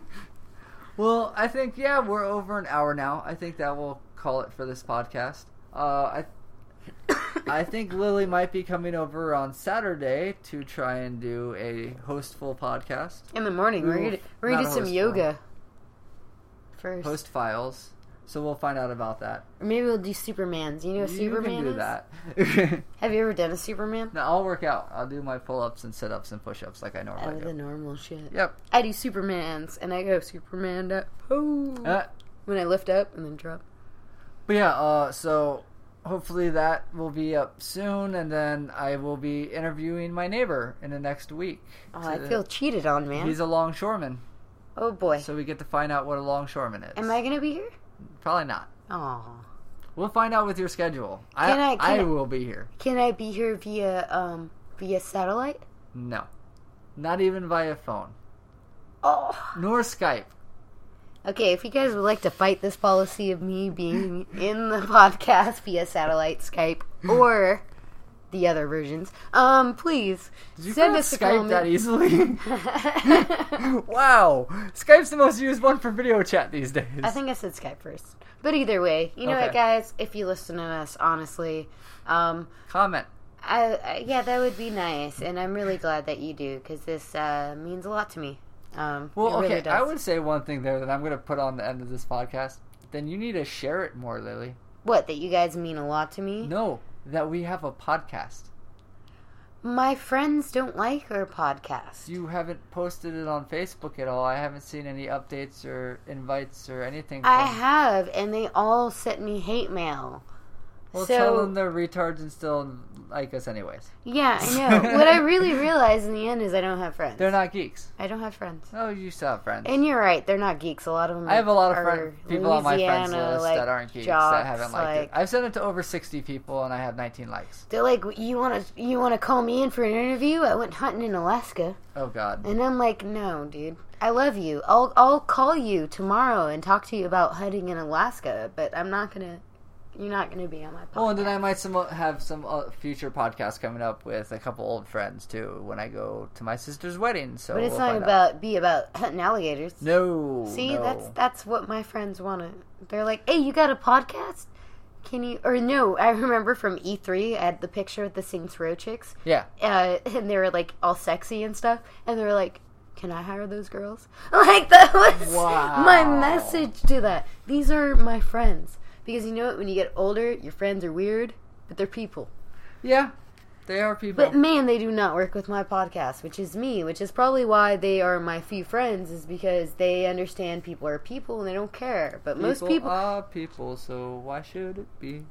A: well, I think yeah, we're over an hour now. I think that will call it for this podcast. Uh, I I think Lily might be coming over on Saturday to try and do a hostful podcast.
B: In the morning,
A: We
B: we're
A: will-
B: gonna, we're gonna
A: not
B: do some
A: host,
B: yoga first.
A: Host files. So we'll find out about that.
B: Or maybe we'll do Superman's. You know what
A: you
B: Superman
A: can do
B: is?
A: that.
B: Have you ever done a Superman?
A: now I'll work out. I'll do my pull ups and sit ups and push ups like I
B: Oh,
A: normally
B: the
A: do.
B: normal shit.
A: Yep.
B: I do Superman's, and I go Superman up, oh,
A: Uh,
B: when I lift up and then drop.
A: But yeah, uh, so hopefully that will be up soon, and then I will be interviewing my neighbor in the next week.
B: Oh,
A: So
B: I feel cheated on, man.
A: He's a longshoreman,
B: oh boy,
A: so we get to find out what a longshoreman is.
B: am I gonna be here?
A: Probably not.
B: Oh,
A: We'll find out with your schedule.
B: Can
A: I
B: I- can I-
A: will be here.
B: can I be here via um via satellite?
A: No, not even via phone
B: Oh,
A: nor Skype.
B: okay. If you guys would like to fight this policy of me being in the podcast via satellite, Skype, or the other versions, um, please
A: Did you
B: send
A: find
B: us a
A: Skype that
B: comment.
A: easily? wow, Skype's the most used one for video chat these days.
B: I think I said Skype first. But either way, you know
A: Okay.
B: what, guys? If you listen to us, honestly, um,
A: Comment.
B: I, I yeah, that would be nice, and I'm really glad that you do because this uh, means a lot to me. Um,
A: Well,
B: it
A: okay,
B: really does.
A: I would say one thing there that I'm going to put on the end of this podcast. Then you need to share it more, Lily.
B: What that you guys mean a lot to me?
A: No, that we have a podcast.
B: My friends don't like our podcast.
A: You haven't posted it on Facebook at all. I haven't seen any updates or invites or anything.
B: I
A: from-
B: have, and they all sent me hate mail.
A: Well,
B: so-
A: tell them they're retards and still like us, anyways.
B: Yeah, I know. what I really realized in the end is I don't have friends.
A: They're not geeks.
B: I don't have friends.
A: Oh, you still have friends.
B: And you're right, they're not geeks. A lot of them.
A: I have a lot of
B: are
A: friend, people on my friends
B: Louisiana,
A: list
B: like,
A: that aren't geeks that
B: jocks,
A: haven't liked it.
B: like-
A: I've sent it to over 60 people and I have 19 likes.
B: They're like, you want to you want to call me in for an interview? I went hunting in Alaska,
A: Oh, God.
B: and I'm like, no, dude, I love you. I'll I'll call you tomorrow and talk to you about hunting in Alaska, but I'm not gonna. You're not gonna be on my podcast.
A: Oh, and then I might some, have some uh, future podcasts coming up with a couple old friends too when I go to my sister's wedding. So
B: but it's
A: we'll
B: not
A: find out.
B: about be about hunting alligators.
A: No.
B: See,
A: no.
B: that's that's what my friends wanted. They're like, "Hey, you got a podcast? Can you?" Or no, I remember from E three, I had the picture of the Saints Row chicks,
A: yeah.
B: uh, and they were like all sexy and stuff, and they were like, "Can I hire those girls?" Like that was
A: Wow.
B: my message to that. These are my friends because you know what? When you get older, your friends are weird, but they're people.
A: Yeah. They are people.
B: But man, they do not work with my podcast, which is me, which is probably why they are my few friends, is because they understand people are people and they don't care. But most people,
A: are people, so why should it be?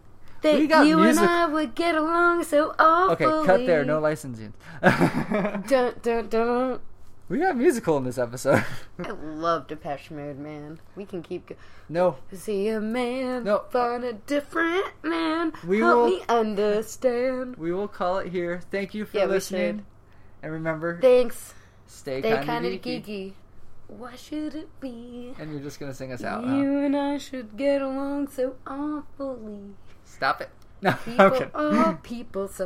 B: that
A: we got
B: you
A: music-
B: and I would get along so awfully.
A: Okay, cut there. No licensing.
B: Don't, don't, don't.
A: we got musical in this episode.
B: I love Depeche Mode, man. We can keep. Go-
A: no,
B: See a man,
A: No.
B: find a different man.
A: We
B: help
A: will-
B: me understand.
A: we will call it here. Thank you for
B: Yeah, we
A: listening.
B: should.
A: And remember,
B: Thanks.
A: stay
B: They
A: kind
B: kind
A: of
B: of
A: geeky.
B: geeky. Why should it be?
A: And you're just going to sing us out. huh?
B: You and I should get along so awfully.
A: Stop it. No,
B: People
A: okay.
B: are people, so